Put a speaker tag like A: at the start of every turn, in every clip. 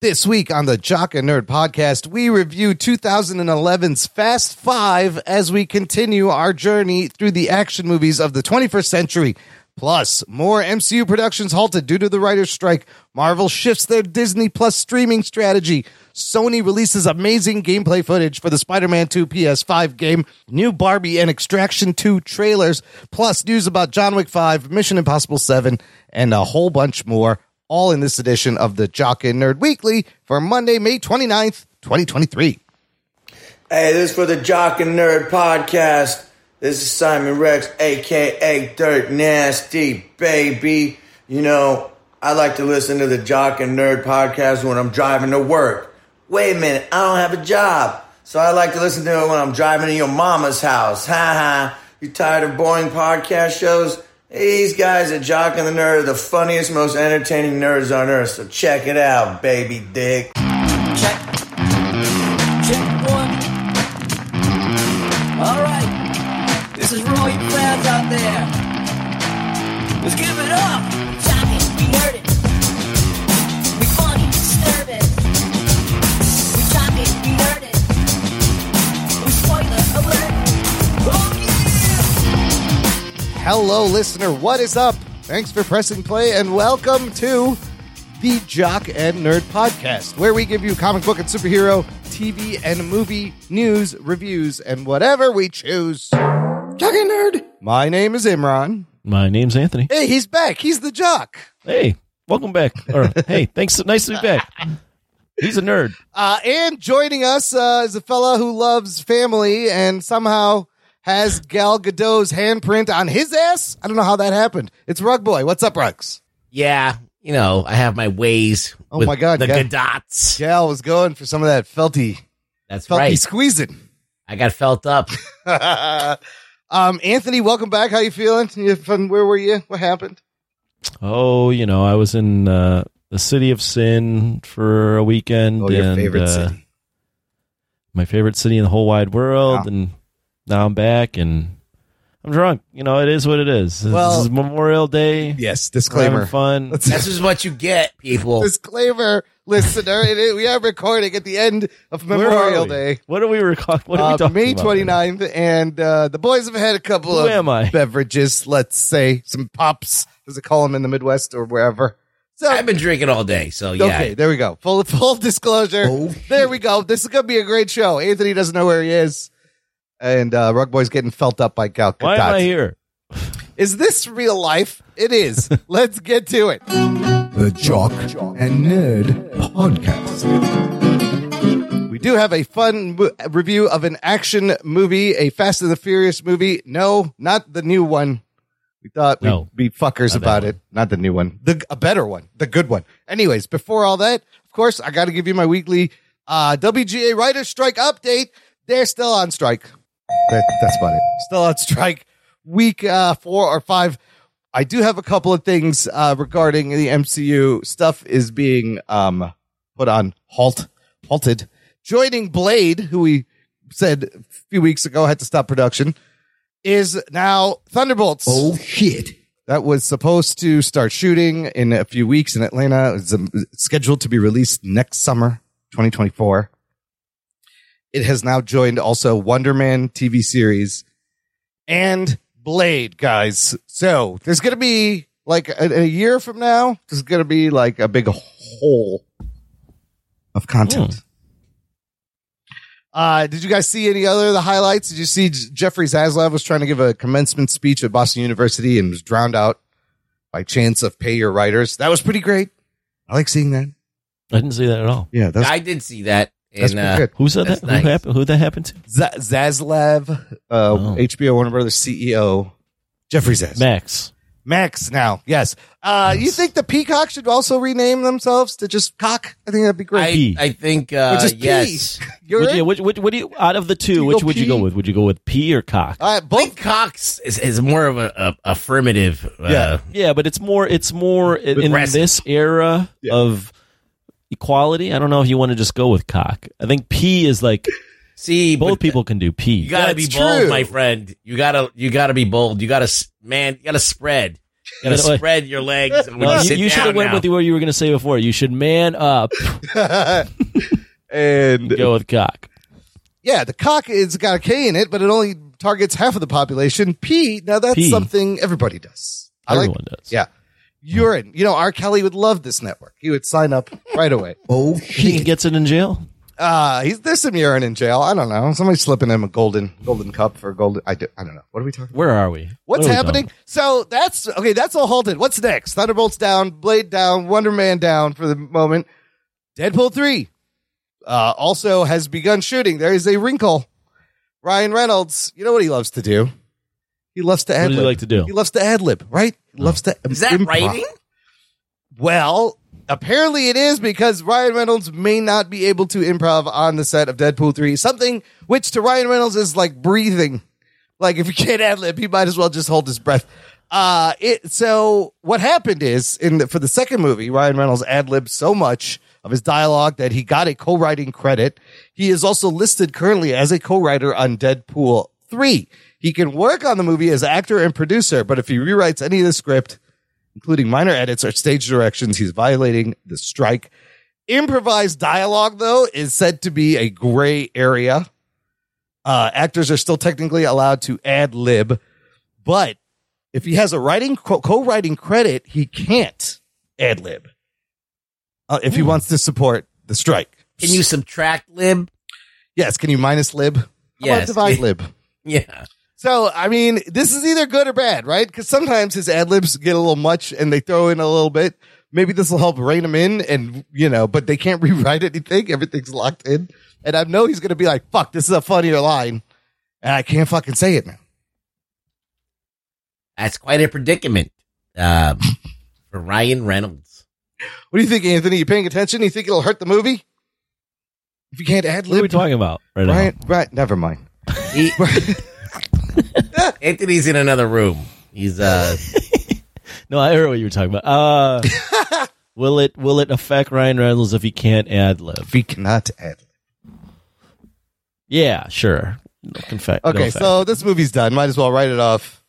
A: This week on the Jock and Nerd podcast, we review 2011's Fast Five as we continue our journey through the action movies of the 21st century. Plus, more MCU productions halted due to the writer's strike. Marvel shifts their Disney Plus streaming strategy. Sony releases amazing gameplay footage for the Spider Man 2 PS5 game, new Barbie and Extraction 2 trailers, plus news about John Wick 5, Mission Impossible 7, and a whole bunch more, all in this edition of the Jock and Nerd Weekly for Monday, May 29th, 2023.
B: Hey, this is for the Jock and Nerd podcast. This is Simon Rex, aka Dirt Nasty Baby. You know, I like to listen to the Jock and Nerd podcast when I'm driving to work. Wait a minute, I don't have a job. So I like to listen to it when I'm driving to your mama's house. Ha ha. You tired of boring podcast shows? These guys at Jock and the Nerd are the funniest, most entertaining nerds on earth. So check it out, baby dick.
C: Check. Check one. All right. This is for all you fans out there. Let's give it up.
D: Shocking, we heard it. We funny, disturbing. We shocking, we heard it. We spoiler alert.
C: Oh yeah.
A: Hello, listener. What is up? Thanks for pressing play and welcome to the Jock and Nerd Podcast, where we give you comic book and superhero, TV and movie news, reviews, and whatever we choose. Jock and Nerd. My name is Imran.
E: My name's Anthony.
A: Hey, he's back. He's the Jock.
E: Hey, welcome back. Or hey, thanks. Nice to be back. He's a nerd.
A: Uh, and joining us uh, is a fella who loves family and somehow has Gal Gadot's handprint on his ass. I don't know how that happened. It's Rug Boy. What's up, Rugs?
F: Yeah, you know, I have my ways.
A: Oh
F: with
A: my God,
F: the
A: yeah.
F: Godots.
A: Gal was going for some of that felty,
F: That's
A: felty
F: right.
A: squeezing.
F: I got felt up.
A: um, Anthony, welcome back. How you feeling? You, from where were you? What happened?
E: Oh, you know, I was in uh, the city of sin for a
A: Oh,
E: weekend. and, uh, My favorite city in the whole wide world, and now I'm back and I'm drunk. You know, it is what it is.
A: Well-
E: this is Memorial Day.
A: Yes,
E: We're having
A: disclaimer.
E: fun.
F: This is what you get, people.
A: disclaimer, listener. It is, we are recording at the end of
E: Where are
A: Memorial
E: we?
A: Day,
E: What are we recalling? What are we
A: uh,
E: talking
A: May
E: about?
A: 29th, and uh, the boys have had a couple
E: Who
A: of
E: am I?
A: beverages. Let's say some pops, as they call them in the Midwest or wherever. So
F: I've been drinking all day, so yeah.
A: Okay, there we go. Full full disclosure. there we go. This is gonna be a great show. Anthony doesn't know where he is, and uh, Rug Boy's getting felt up by Gal
E: Why am I
A: Gadot.
E: here?
A: Is this real life? It is. Let's get to it.
G: The Jock and Nerd Podcast.
A: We do have a fun mo- review of an action movie, a Fast and the Furious movie. No, not the new one. We thought we'd
E: No.
A: be fuckers
E: Not that
A: about
E: one.
A: it. Not the new one. The a better one. The good one. Anyways, before all that, of course, I got to give you my weekly uh, WGA writer strike update. They're still on strike. That- that's about it. Still on strike. Week uh, four or five. I do have a couple of things uh, regarding the MCU. Stuff is being um, put on halt, halted. Joining Blade, who we said a few weeks ago had to stop production, is now Thunderbolts.
G: Oh shit.
A: That was supposed to start shooting in a few weeks in Atlanta. It's um, scheduled to be released next summer, 2024. It has now joined also Wonder Man TV series and Blade, guys. So there's going to be like a, a year from now, there's going to be like a big hole of content. Uh, did you guys see any other of the highlights? Did you see J- Jeffrey Zaslav was trying to give a commencement speech at Boston University and was drowned out by chance of pay your writers? That was pretty great. I like seeing that.
E: I didn't see that at all.
A: Yeah, that's,
F: I did see that.
A: that's
F: And
A: pretty
F: uh,
A: good.
E: Who said
F: That's
E: that?
F: nice.
E: Who happened? Who that happened to?
A: Z- Zaslav, uh,
E: Oh.
A: HBO Warner Brothers CEO, Jeffrey Zaslav.
E: Max.
A: Max now, yes. Uh, You think the Peacock should also rename themselves to just Cock? I think that'd be great.
F: I, I think, uh,
A: Which is
F: yes.
A: P. You're
E: Would
A: right.
E: you, which, which, what do you? Out of the two,
A: you
E: which
A: go Uh,
E: would you
A: pee?
E: go with? Would you go with P or cock?
A: All right,
F: I
A: both
F: think Cox is, is more of a, a affirmative. Uh,
A: Yeah.
E: Yeah, but it's more it's more in, in
F: Aggressive.
E: this era
A: Yeah.
E: of equality. I don't know if you want to just go with cock. I think P is like
F: See,
E: both
F: but
E: people can do
F: You
E: P.
F: gotta
A: That's
F: be bold,
A: true.
F: my friend. You gotta, you gotta be bold. You gotta, s- man, you gotta spread. gotta spread your legs when
E: No,
F: you,
E: you
F: sit
E: you should have
F: down
E: went
F: now.
E: with what you were going to say before. You should man up.
A: and
E: Go with cock.
A: yeah, the cock it's got a K in it, but it only targets half of the population. P. Now that's
E: P.
A: something everybody does. I like.
E: Everyone does.
A: Yeah. Urine. You know, R. Kelly would love this network. He would sign up right away.
G: Oh
E: You think he
G: shit!
E: gets it in jail?
A: Uh, he's there's some urine in jail. I don't know. Somebody's slipping him a golden golden cup for a golden. I, do, I don't know. What are we talking? about?
E: Where are we?
A: What's
E: What are we
A: happening?
E: doing?
A: So that's okay. That's all halted. What's next? Thunderbolts down, Blade down, Wonder Man down for the moment. Deadpool three uh, also has begun shooting. There is a wrinkle. Ryan Reynolds, you know what he loves to do? He loves to
E: What
A: ad
E: do
A: lib.
E: you like to do? Oh.
A: He loves to ad lib, right? He loves to.
F: Is that
A: improv.
F: writing?
A: Well, apparently it is because Ryan Reynolds may not be able to improv on the set of Deadpool 3, something which to Ryan Reynolds is like breathing. Like if you can't ad lib, he might as well just hold his breath. Uh, it, so what happened is in the, for the second movie, Ryan Reynolds ad libbed so much of his dialogue that he got a co-writing credit. He is also listed currently as a co-writer on Deadpool 3. He can work on the movie as actor and producer, but if he rewrites any of the script, including minor edits or stage directions. He's violating the strike. Improvised dialogue, though, is said to be a gray area. Uh, actors are still technically allowed to ad lib, but if he has a writing co writing credit, he can't ad lib uh, if he wants to support the strike.
F: Hmm. Can you subtract lib?
A: Yes, can you minus lib? How about
F: Yes.
A: divide lib.
F: Yeah.
A: So, I mean, this is either good or bad, right? Because sometimes his ad libs get a little much and they throw in a little bit. Maybe this will help rein him in and, you know, but they can't rewrite anything. Everything's locked in. And I know he's going to be like, fuck, this is a funnier line. And I can't fucking say it now.
F: That's quite a predicament um, for Ryan Reynolds.
A: What do you think, Anthony? You paying attention? You think it'll hurt the movie? If you can't ad
E: What are we
A: lib,
E: talking about right
A: right? Right. Never mind.
F: He, Anthony's in another room. He's uh
E: now? No, I heard what you were talking about. Uh, will it will it affect Ryan Reynolds if he can't ad lib?
A: If he cannot ad lib.
E: Yeah, sure. No confe- no
A: Okay.
E: fact.
A: so this movie's done. Might as well write it off.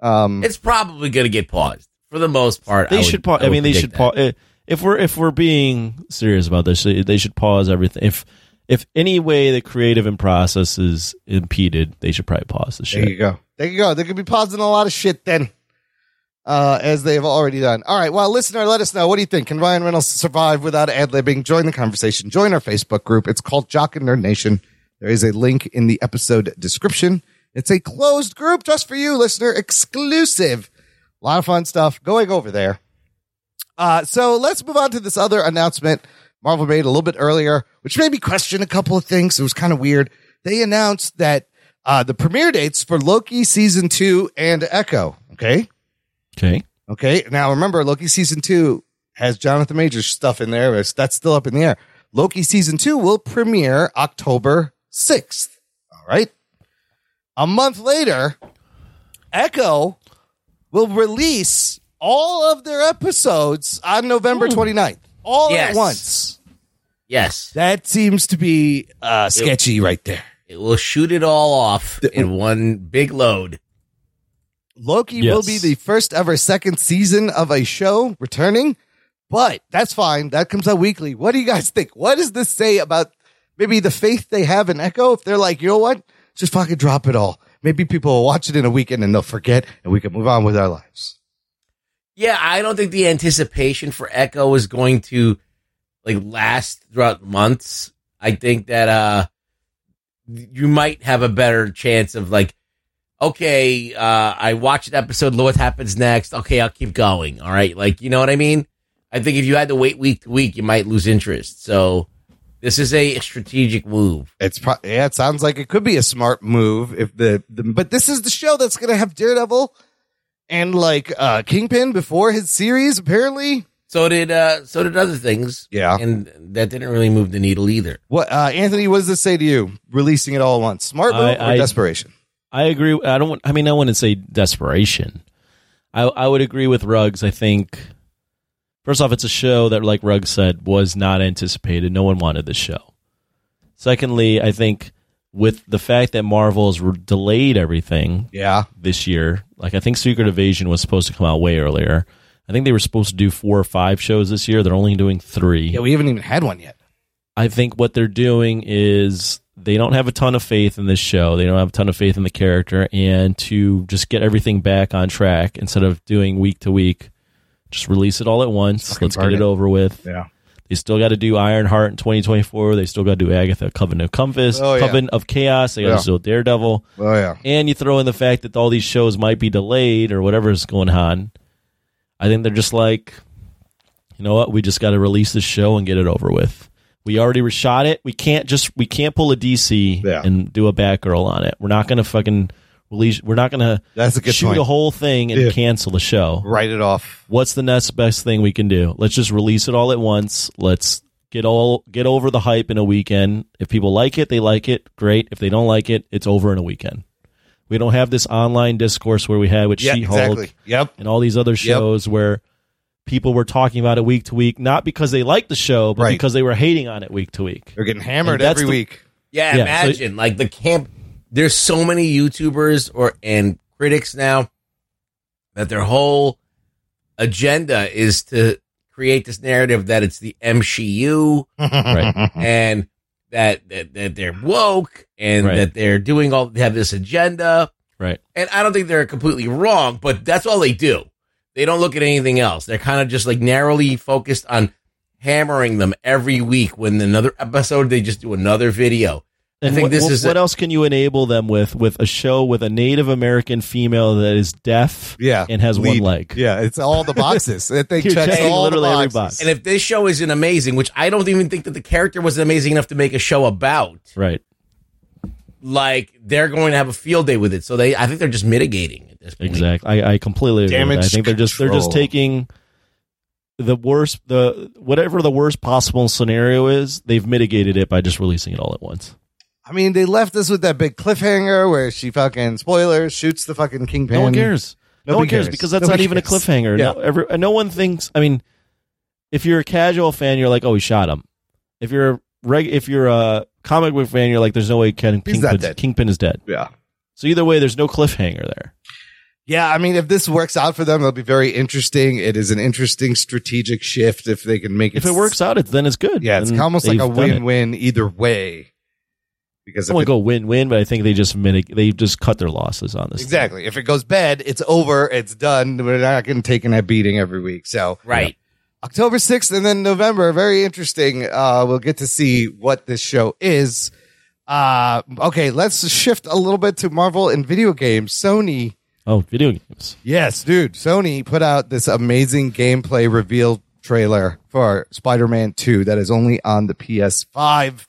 A: Um,
F: it's probably going to get paused for the most part.
E: they
F: I would-
E: should pause. I,
F: would
E: mean, they
F: predict
E: should
F: that.
E: pause. If we're if we're being serious about this, eh, they they should pause everything. If if any way the creative and process is impeded, they should probably pause the
A: There you
E: shit.
A: go. There you go. They could be pausing a lot of shit then, uh, as they have already done. All right. Well, listener, let us know. What do you think? Can Ryan Reynolds survive without ad libbing? Join the conversation. Join our Facebook group. It's called Jock and Nerd Nation. There is a link in the episode description. It's a closed group just for you, listener, exclusive. A lot of fun stuff going over there. Uh, so let's move on to this other announcement Marvel made a little bit earlier, which made me question a couple of things. It was kind of weird. They announced that uh, the premiere dates for Loki season two and Echo. Okay.
E: Okay.
A: Okay. Now remember, Loki season two has Jonathan Majors stuff in there. It's- That's still up in the air. Loki season two will premiere October 6th. All right. A month later, Echo will release all of their episodes on November 29th, all at
F: Yes.
A: once.
F: Yes,
A: That seems to be uh, sketchy right there.
F: it will shoot it all off in one big load.
A: Loki
E: Yes.
A: will be the first ever second season of a show returning, but that's fine. That comes out weekly. What do you guys think? What does this say about maybe the faith they have in Echo? If they're like, you know what? Just fucking drop it all. Maybe people will watch it in a weekend and they'll forget and we can move on with our lives.
F: Yeah, I don't think the anticipation for Echo is going to like last throughout months. I think that uh you might have a better chance of like okay, uh I watched an episode, what happens next? Okay, I'll keep going. All right. Like, you know what I mean? I think if you had to wait week to week, you might lose interest. So this is a strategic move.
A: It's pro- yeah, it sounds like it could be a smart move if the, the but this is the show that's going to have Daredevil and like uh Kingpin before his series apparently.
F: So did uh so did other things.
A: Yeah.
F: And that didn't really move the needle either.
A: What uh, Anthony? What does this say to you? Releasing it all at once, smart move
E: I-
A: or
E: I-
A: desperation?
E: I agree. I don't. want- I mean, I wouldn't say desperation. I I would agree with Ruggs. I think first off, it's a show that, like Ruggs said, was not anticipated. No one wanted this show. Secondly, I think with the fact that Marvel's re- delayed everything
A: Yeah.
E: this year. Like I think Secret Evasion was supposed to come out way earlier. I think they were supposed to do four or five shows this year. They're only doing three.
A: Yeah, we haven't even had one yet.
E: I think what they're doing is they don't have a ton of faith in this show. They don't have a ton of faith in the character, and to just get everything back on track instead of doing week to week, just release it all at once. Let's get
A: burn
E: it,
A: it.
E: over with.
A: Yeah.
E: They still got to do Ironheart in 2024. They still got to do Agatha Coven of Compass,
A: Oh, yeah.
E: Coven of Chaos. They got
A: Yeah.
E: to do Daredevil
A: Oh yeah.
E: and you throw in the fact that all these shows might be delayed or whatever is going on, I think they're just like, you know what? We just got to release this show and get it over with. We already shot it. We can't just we can't pull a DC
A: Yeah.
E: and do a Batgirl on it. We're not gonna fucking release. We're not gonna
A: That's a good
E: shoot
A: point.
E: a whole thing and
A: Yeah.
E: cancel the show.
A: Write it off.
E: What's the next best thing we can do? Let's just release it all at once. Let's get all get over the hype in a weekend. If people like it, they like it. Great. If they don't like it, it's over in a weekend. We don't have this online discourse where we had with She-Hulk
A: Yep.
E: and all these other shows where people were talking about it week to week, not because they liked the show, but
A: Right.
E: because they were hating on it week to week.
A: They're getting hammered
E: And that's
A: every
E: the-
A: week.
F: Yeah,
E: Yeah, so-
F: imagine like the camp. There's so many YouTubers or and critics now that their whole agenda is to create this narrative that it's the MCU
E: Right.
F: and that, that that they're woke and
E: Right.
F: that they're doing all they have this agenda.
E: Right.
F: And I don't think they're completely wrong, but that's all they do. They don't look at anything else. They're kind of just like narrowly focused on hammering them every week. When another episode, they just do another video.
E: And
F: think
E: what,
F: this
E: what-
F: is a-
E: what else can you enable them with with a show with a Native American female that is deaf
A: Yeah.
E: and has
A: Lead.
E: one leg?
A: Yeah, it's all the boxes. That thing
E: You're
A: checks
E: checking
A: all the
E: literally every
A: boxes.
E: box.
F: And if this show isn't amazing, which I don't even think that the character was amazing enough to make a show about,
E: Right.
F: like they're going to have a field day with it. So they, I think they're just mitigating at this point.
E: Exactly. I, I completely agree. With that. I
A: Damage
E: think they're just they're just
A: control.
E: taking the worst the whatever the worst possible scenario is, they've mitigated it by just releasing it all at once.
A: I mean, they left us with that big cliffhanger where she fucking spoilers shoots the fucking kingpin.
E: No one cares. No one
A: Nobody
E: cares, because that's
A: Nobody
E: not even a
A: cares.
E: cliffhanger.
A: Yeah.
E: No, every, and no one thinks. I mean, if you're a casual fan, you're like, oh, he shot him. If you're a reg, if you're a comic book fan, you're like, there's no way Ken,
A: He's not
E: Kingpin's,
A: dead.
E: Kingpin is dead.
A: Yeah.
E: So either way, there's no cliffhanger there.
A: Yeah, I mean, if this works out for them, it'll be very interesting. It is an interesting strategic shift if they can make it.
E: If it works out, it's then it's good.
A: yeah, it's
E: Then
A: almost like
E: they've
A: a
E: done it.
A: win-win either way. Because
E: I
A: if
E: won't
A: it,
E: go win-win, but I think they just mitig- they just cut their losses on this.
A: exactly, if it goes bad, it's over. It's done. We're not going to take that beating every week. So
F: Right.
A: October 6th and then November. Very interesting. Uh, we'll get to see what this show is. Uh, okay, let's shift a little bit to Marvel and video games. Sony,
E: Oh, video games.
A: yes, dude, Sony put out this amazing gameplay reveal trailer for Spider Man 2 that is only on the PS5,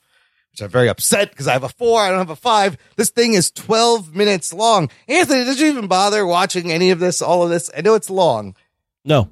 A: which I'm very upset because I have a four, I don't have a five. This thing is 12 minutes long. Anthony, did you even bother watching any of this, all of this? I know it's long.
E: No,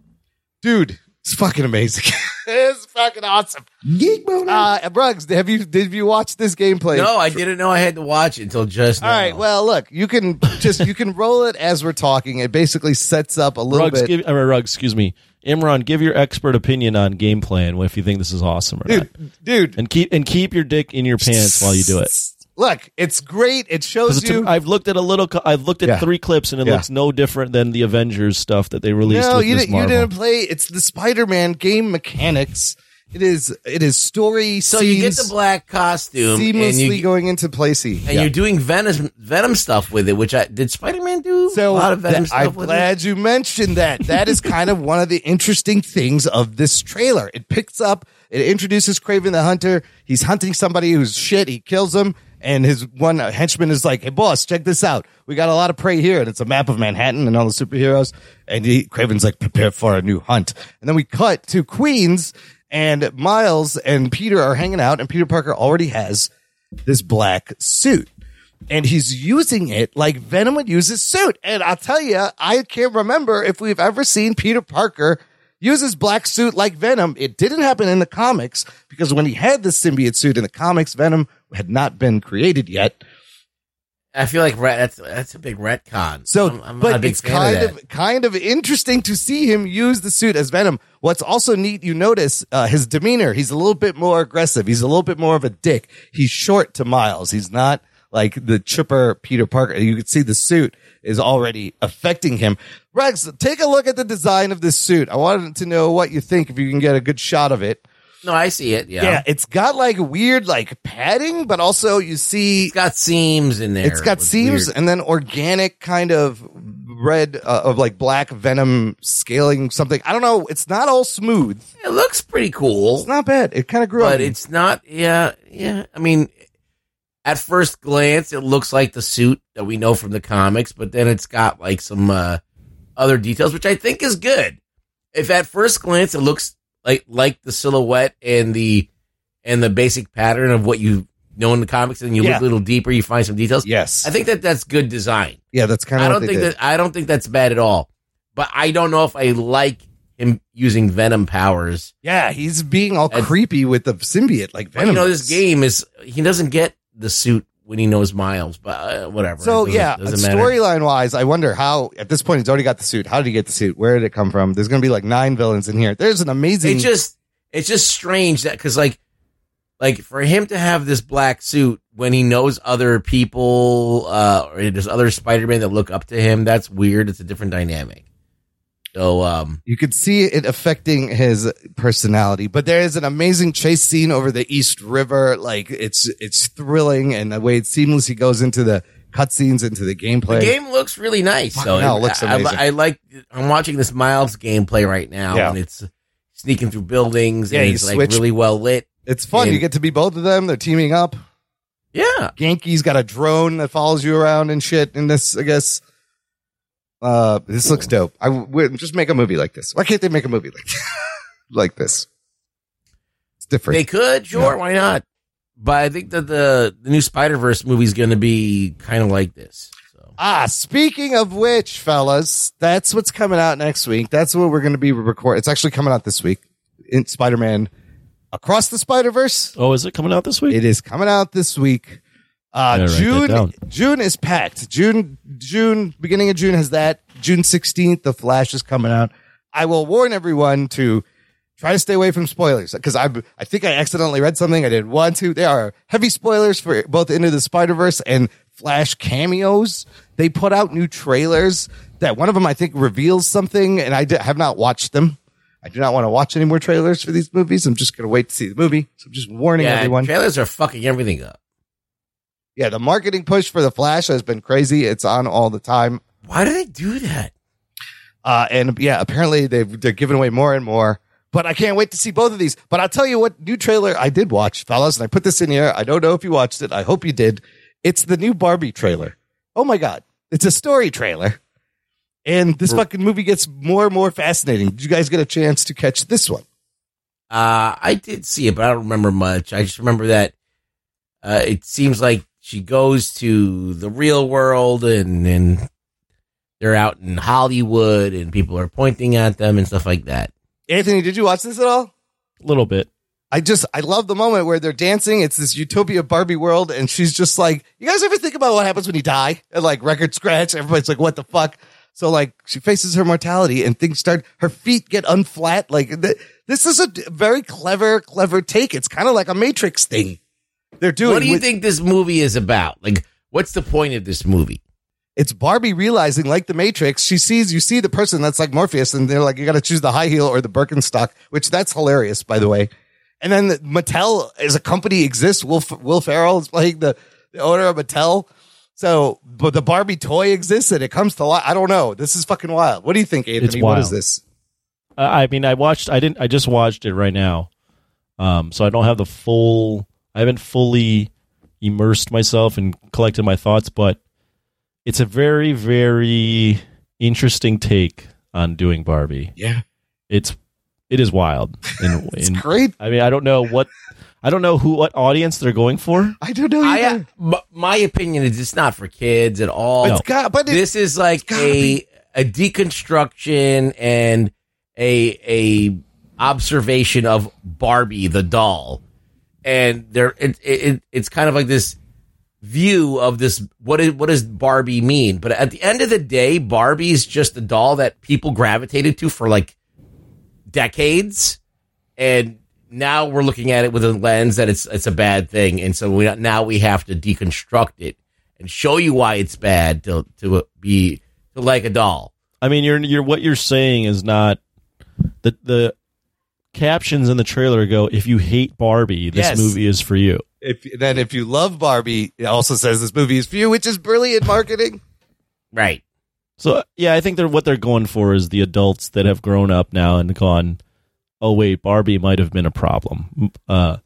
A: Dude, it's fucking amazing. it's fucking awesome.
G: Geek boner.
A: Uh, Brugs, have you did you watch this gameplay?
F: No, I didn't know I had to watch it until just now.
A: All right. Well, look, you can just you can roll it as we're talking. It basically sets up a little
E: Rugs,
A: bit.
E: give, or Rugs, excuse me, Imran, give your expert opinion on gameplay and if you think this is awesome or not,
A: dude, dude,
E: and keep and keep your dick in your pants while you do it.
A: look, it's great. It
E: 'Cause
A: shows
E: it's-
A: you.
E: I've looked at a little, co- I've looked at
A: Yeah.
E: three clips, and it
A: Yeah.
E: looks no different than the Avengers stuff that they released.
A: no,
E: with
A: you
E: Ms.
A: didn't. You
E: Marvel.
A: didn't play. It's the Spider-Man game mechanics. It is. It is story.
F: so
A: scenes,
F: you get the black costume and
A: seamlessly
F: you
A: going into placey.
F: and you're doing Venom Venom stuff with it, which I did. Spider Man do
A: So
F: a lot of Venom
A: that-
F: stuff
A: I'm
F: with it.
A: glad you mentioned that. That is kind of one of the interesting things of this trailer. It picks up, it introduces Craven the Hunter. He's hunting somebody who's shit. He kills him, and his one henchman is like, "Hey, boss, check this out. We got a lot of prey here, and it's a map of Manhattan and all the superheroes." And he, Craven's like, "Prepare for a new hunt." And then we cut to Queens, and Miles and Peter are hanging out, and Peter Parker already has this black suit and he's using it like Venom would use his suit. And I'll tell you, I can't remember if we've ever seen Peter Parker use his black suit like Venom. It didn't happen in the comics because when he had the symbiote suit in the comics, Venom had not been created yet.
F: I feel like rat, that's that's a big retcon.
A: So,
F: I'm, I'm not a
A: but
F: big
A: it's
F: fan
A: kind
F: of,
A: of,
F: that.
A: kind of interesting to see him use the suit as Venom. What's also neat, you notice uh, his demeanor. He's a little bit more aggressive. He's a little bit more of a dick. He's short to Miles. He's not like the chipper Peter Parker. You can see the suit is already affecting him. Rex, take a look at the design of this suit. I wanted to know what you think if you can get a good shot of it.
F: No, I see it. Yeah.
A: Yeah, it's got like weird like padding, but also you see
F: It's got seams in there.
A: it's got
F: It was
A: seams
F: weird.
A: and then organic kind of red uh, of like black venom scaling something. I don't know. It's not all smooth.
F: It looks pretty
A: It's
F: cool,
A: not bad. It kind of grew on
F: but
A: me.
F: it's not. Yeah, yeah. I mean, at first glance, it looks like the suit that we know from the comics, but then it's got like some uh, other details, which I think is good. If at first glance it looks like like the silhouette and the and the basic pattern of what you know in the comics, and you
A: Yeah.
F: look a little deeper, you find some details.
A: yes.
F: I think that that's good design.
A: yeah, that's kind of
F: I
A: what
F: don't
A: they
F: think
A: did.
F: that I don't think that's bad at all. But I don't know if I like him using venom powers.
A: yeah, he's being all
F: That's-
A: creepy with the symbiote like
F: But,
A: venom.
F: you know, this game is he doesn't get the suit when he knows Miles, but uh, whatever.
A: So
F: It doesn't-
A: yeah,
F: doesn't matter.
A: storyline wise, I wonder how at this point he's already got the suit. How did he get the suit? Where did it come from? There's going to be like nine villains in here. There's an amazing.
F: It just it's just strange that because like like for him to have this black suit when he knows other people uh, or there's other Spider Man that look up to him. That's weird. It's a different dynamic. So um,
A: you could see it affecting his personality, but there is an amazing chase scene over the East River. Like it's it's thrilling, and the way it seamless he goes into the cutscenes, into the gameplay.
F: The game looks really nice.
A: Fucking
F: though.
A: hell, it looks
F: I- I-
A: amazing.
F: I, like. I'm watching this Miles gameplay right now,
A: Yeah.
F: and it's sneaking through buildings.
A: Yeah,
F: and
A: you
F: it's like
A: switch-
F: really well lit.
A: it's fun.
F: game-
A: You get to be both of them. They're teaming up.
F: Yeah,
A: Genki's got a drone that follows you around and shit. In this, I guess. Uh, this looks dope. I would just make a movie like this. Why can't they make a movie like like this? It's different.
F: they could. Sure, why not? But I think that the the new Spider Verse movie is going to be kind of like this. So
A: Ah, speaking of which, fellas, that's what's coming out next week. That's what we're going to be recording. It's actually coming out this week in Spider Man Across the Spider Verse.
E: Oh, is it coming out this week?
A: It is coming out this week.
E: Yeah,
A: Uh,
E: write that
A: June
E: down.
A: June is packed. June June beginning of June has that. June sixteenth, the Flash is coming out. I will warn everyone to try to stay away from spoilers because I I think I accidentally read something I didn't want to. There are heavy spoilers for both Into the Spider Verse and Flash cameos. They put out new trailers that one of them I think reveals something, and I di- have not watched them. I do not want to watch any more trailers for these movies. I'm just going to wait to see the movie. So I'm just warning
F: yeah,
A: everyone.
F: trailers are fucking everything up.
A: Yeah, the marketing push for the Flash has been crazy. It's on all the time.
F: Why do they do that?
A: Uh, and yeah, apparently they've, they're giving away more and more. But I can't wait to see both of these. But I'll tell you what new trailer I did watch, fellas, and I put this in here. I don't know if you watched it. I hope you did. It's the new Barbie trailer. Oh my God. It's a story trailer. And this fucking movie gets more and more fascinating. Did you guys get a chance to catch this one?
F: Uh, I did see it, but I don't remember much. I just remember that uh, it seems like she goes to the real world and and they're out in Hollywood and people are pointing at them and stuff like that.
A: Anthony, did you watch this at all?
E: A little bit.
A: I just I love the moment where they're dancing. It's this utopia Barbie world, and she's just like, "You guys ever think about what happens when you die?" And like record scratch, everybody's like, "What the fuck?" So like she faces her mortality, and things start. Her feet get unflat. Like th- this is a d- very clever, clever take. It's kind of like a Matrix thing. They're doing.
F: what do you
A: with-
F: think this movie is about? Like, what's the point of this movie?
A: It's Barbie realizing, like the Matrix, she sees you see the person that's like Morpheus, and they're like, "You got to choose the high heel or the Birkenstock," which that's hilarious, by the way. And then Mattel as a company exists. Will Will Ferrell is playing the, the owner of Mattel. So, but the Barbie toy exists and it comes to life. I don't know. This is fucking wild. What do you think, Anthony? What
E: wild.
A: is this?
E: Uh, I mean, I watched. I didn't. I just watched it right now, um, so I don't have the full. I haven't fully immersed myself and collected my thoughts, but it's a very, very interesting take on doing Barbie.
A: Yeah.
E: it's it is wild. In,
A: It's
E: in-
A: great.
E: I mean, I don't know what. I don't know who what audience they're going for.
A: I don't know.
F: I,
A: Either.
F: uh, m- my opinion is it's not for kids at all.
A: It's got, but it,
F: this is like
A: gotta
F: a a deconstruction and a a observation of Barbie the doll, and there it, it it's kind of like this view of this what is what does Barbie mean? But at the end of the day, Barbie is just a doll that people gravitated to for like decades, and now we're looking at it with a lens that it's it's a bad thing, and so we now we have to deconstruct it and show you why it's bad to to be to like a doll.
E: I mean, you're you're what you're saying is not the the captions in the trailer go. If you hate Barbie, this
A: Yes.
E: movie is for you.
A: If then if you love Barbie, it also says this movie is for you, which is brilliant marketing.
F: Right.
E: So yeah, I think they're what they're going for is the adults that have grown up now and gone. Oh wait, Barbie might have been a problem. Uh,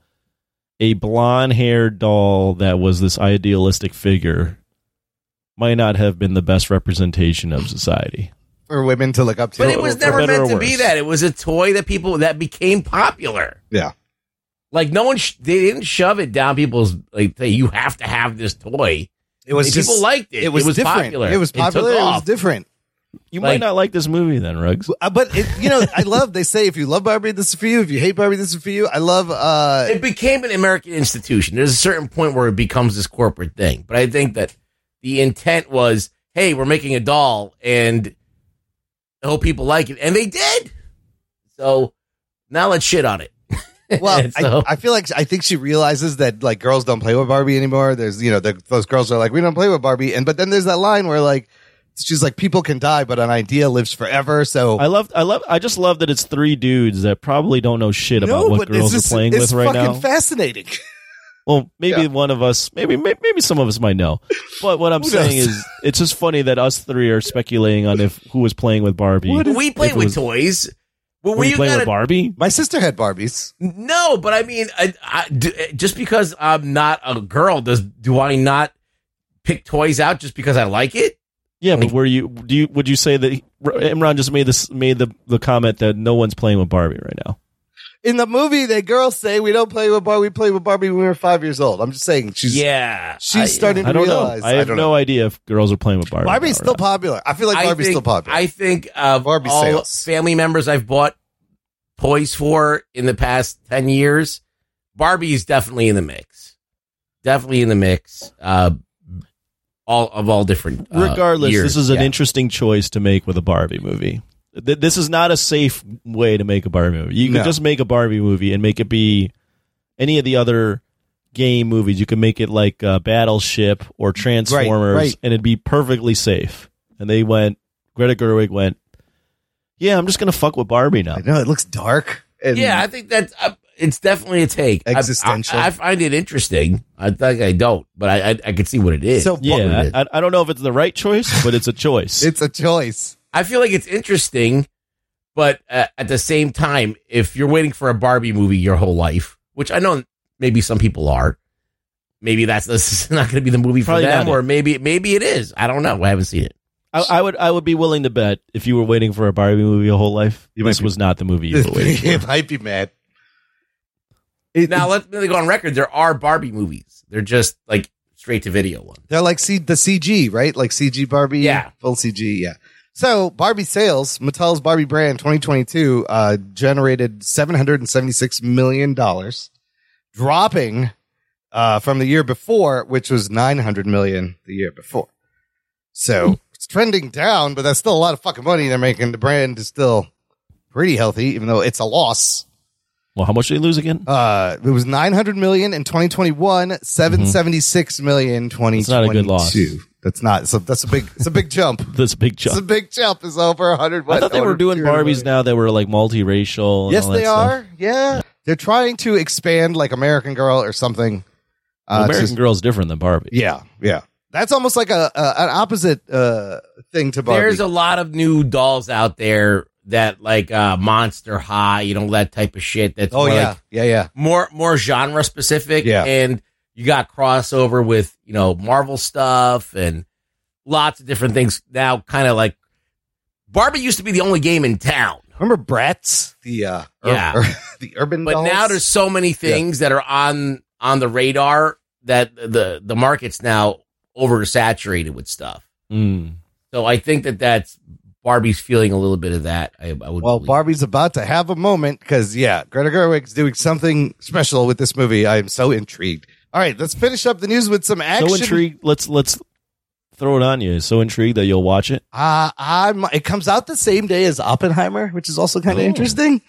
E: a blonde-haired doll that was this idealistic figure might not have been the best representation of society.
A: for women to look up to.
F: But it was
E: for
F: never
E: better
F: meant
E: or
F: to be
E: worse.
F: that. It was a toy that people that became popular.
A: Yeah.
F: Like no one, sh- they didn't shove it down people's like, say you have to have this toy.
A: It was
F: Like,
A: just
F: people liked it.
A: It was, different.
F: popular.
A: It was
F: took
A: popular. It, was
F: off.
A: different.
E: You
F: Like-
E: might not like this movie then, Ruggs.
A: Uh, but it, you know, I love. They say if you love Barbie, this is for you. If you hate Barbie, this is for you. I love. uh
F: it became an American institution. There's a certain point where it becomes this corporate thing. But I think that the intent was, hey, we're making a doll and I hope people like it. And they did. So now let's shit on it.
A: Well,
F: So-
A: I, I feel like I think she realizes that like girls don't play with Barbie anymore. There's you know the, those girls are like we don't play with Barbie, and but then there's that line where like she's like people can die, but an idea lives forever. So
E: I love, I love, I just love that it's three dudes that probably don't know shit about what
A: it's
E: girls
A: just-
E: are playing
A: it's
E: with right
A: fucking
E: now.
A: Fascinating.
E: well, maybe one of us, maybe, may- maybe some of us might know. But what I'm
A: Who
E: saying
A: knows?
E: is, it's just funny that us three are speculating on if who was playing with Barbie.
F: we
E: if
F: played
E: it
F: with
E: was-
F: toys. But
E: Were
F: we
E: you playing with
F: gotta,
E: Barbie?
A: My sister had Barbies.
F: no, but I mean, I, I- d- just because I'm not a girl, does do I not pick toys out just because I like it?
E: Yeah,
F: Like-
E: but were you? Do you? Would you say that Imran just made this made the the comment that no one's playing with Barbie right now?
A: In the movie, the girls say we don't play with Barbie. We play with Barbie when we were five years old. I'm just saying she's
F: yeah,
A: she's
F: I-
A: starting
E: I
A: to
E: don't
A: realize.
E: know. I have
A: don't
E: no idea if girls are playing with Barbie. now
A: Barbie's
E: or
A: still
E: not.
A: popular. I feel like
F: I
A: Barbie's
F: think-
A: still popular.
F: I think of
A: Barbie
F: all
A: sales.
F: family members I've bought toys for in the past ten years, Barbie is definitely in the mix. Definitely in the mix. Uh, all of all different. uh,
E: Regardless,
F: years.
E: this is an
F: Yeah.
E: interesting choice to make with a Barbie movie. Th- This is not a safe way to make a Barbie movie. You could
A: No.
E: just make a Barbie movie and make it be any of the other game movies. You could make it like uh, Battleship or Transformers,
A: right.
E: and it'd be perfectly safe. And they went, Greta Gerwig went, yeah, I'm just gonna fuck with Barbie now.
A: I know it looks dark. And
F: yeah, I think that's uh, it's definitely a take. I-
A: Existential.
F: I, I, find it interesting. I think I don't, but I I, I could see what it is.
A: So-
E: Yeah, I, I- I don't know if it's the right choice, but it's a choice.
A: it's a choice.
F: I feel like it's interesting, but uh, at the same time, if you're waiting for a Barbie movie your whole life, which I know maybe some people are, maybe that's this is not going to be the movie
E: Probably
F: for them,
E: not
F: or maybe maybe it is. I don't know. I haven't seen it.
E: I, I would I would be willing to bet if you were waiting for a Barbie movie your whole life,
A: You might
E: this
A: be-
E: was not the movie you were waiting for.
A: it might be mad. It-
F: Now let's really go on record. There are Barbie movies. They're just like straight to video ones.
A: they're like C- the CG, right? Like CG Barbie.
F: Yeah.
A: Full CG. Yeah. So Barbie sales, Mattel's Barbie brand 2022 uh, generated $776 million, dropping uh, from the year before, which was 900 million the year before. So it's trending down, but that's still a lot of fucking money they're making. The brand is still pretty healthy, even though it's a loss.
E: Well, how much did he lose again?
A: Uh, it was 900 million in 2021, 776 million in 2022.
E: It's not a good loss.
A: That's not. So that's a big. It's a big jump.
E: this big
A: It's a
E: jump.
A: big jump. It's over 100.
E: I thought they were doing Barbies now that were like multiracial. And
A: Yes,
E: all that
A: they
E: stuff.
A: are. Yeah. they're trying to expand like American Girl or something.
E: Well,
A: Uh, it's
E: American
A: just-
E: Girl's different than Barbie.
A: yeah, yeah. That's almost like a, a an opposite uh thing to Barbie.
F: There's a lot of new dolls out there that like uh, Monster High, you know, that type of shit. That's
A: oh
F: more,
A: yeah,
F: like,
A: yeah, yeah.
F: more more genre specific
A: Yeah.
F: and you got crossover with you know marvel stuff and lots of different things now kind of like barbie used to be the only game in town
A: Remember Bratz? The uh, ur-
F: Yeah.
A: ur- the urban.
F: but
A: dolls?
F: now there's so many things that are on on the radar that the the market's now oversaturated with stuff
E: Mm.
F: so i think that that's barbie's feeling a little bit of that i, I would
A: Well,
F: believe.
A: Barbie's about to have a moment because, yeah, Greta Gerwig's doing something special with this movie. I am so intrigued. All right, let's finish up the news with some action.
E: So intrigued. Let's let's throw it on you. So intrigued that you'll watch it.
A: Uh, I'm, it comes out the same day as Oppenheimer, which is also kind of interesting.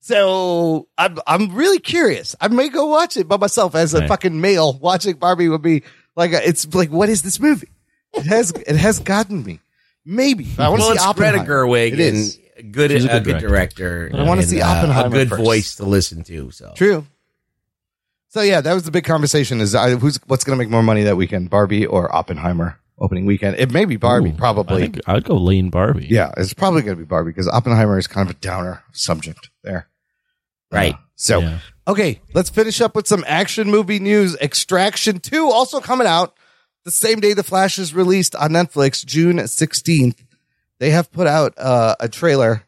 A: So I'm I'm really curious. I may go watch it by myself as a
E: Right.
A: fucking male. Watching Barbie would be like a, it's like what is this movie? It has it has gotten me. Maybe I want to
F: well,
A: see
F: it's
A: Oppenheimer.
F: Greta Gerwig
A: It is
F: and a good,
E: She's
F: a good, director.
A: I wanna
F: and,
A: see
F: uh,
A: Oppenheimer
F: A good
A: first.
F: voice to listen to. So
A: true. So yeah, that was the big conversation: is I, who's what's going to make more money that weekend, Barbie or Oppenheimer opening weekend? It may be Barbie,
E: Ooh,
A: probably.
E: I think I'd go lean Barbie.
A: yeah, it's probably going to be Barbie because Oppenheimer is kind of a downer subject there.
F: right,
A: So.
E: Yeah.
A: Okay, let's finish up with some action movie news. Extraction 2 also coming out the same day The Flash is released on Netflix, June 16th. They have put out uh, a trailer,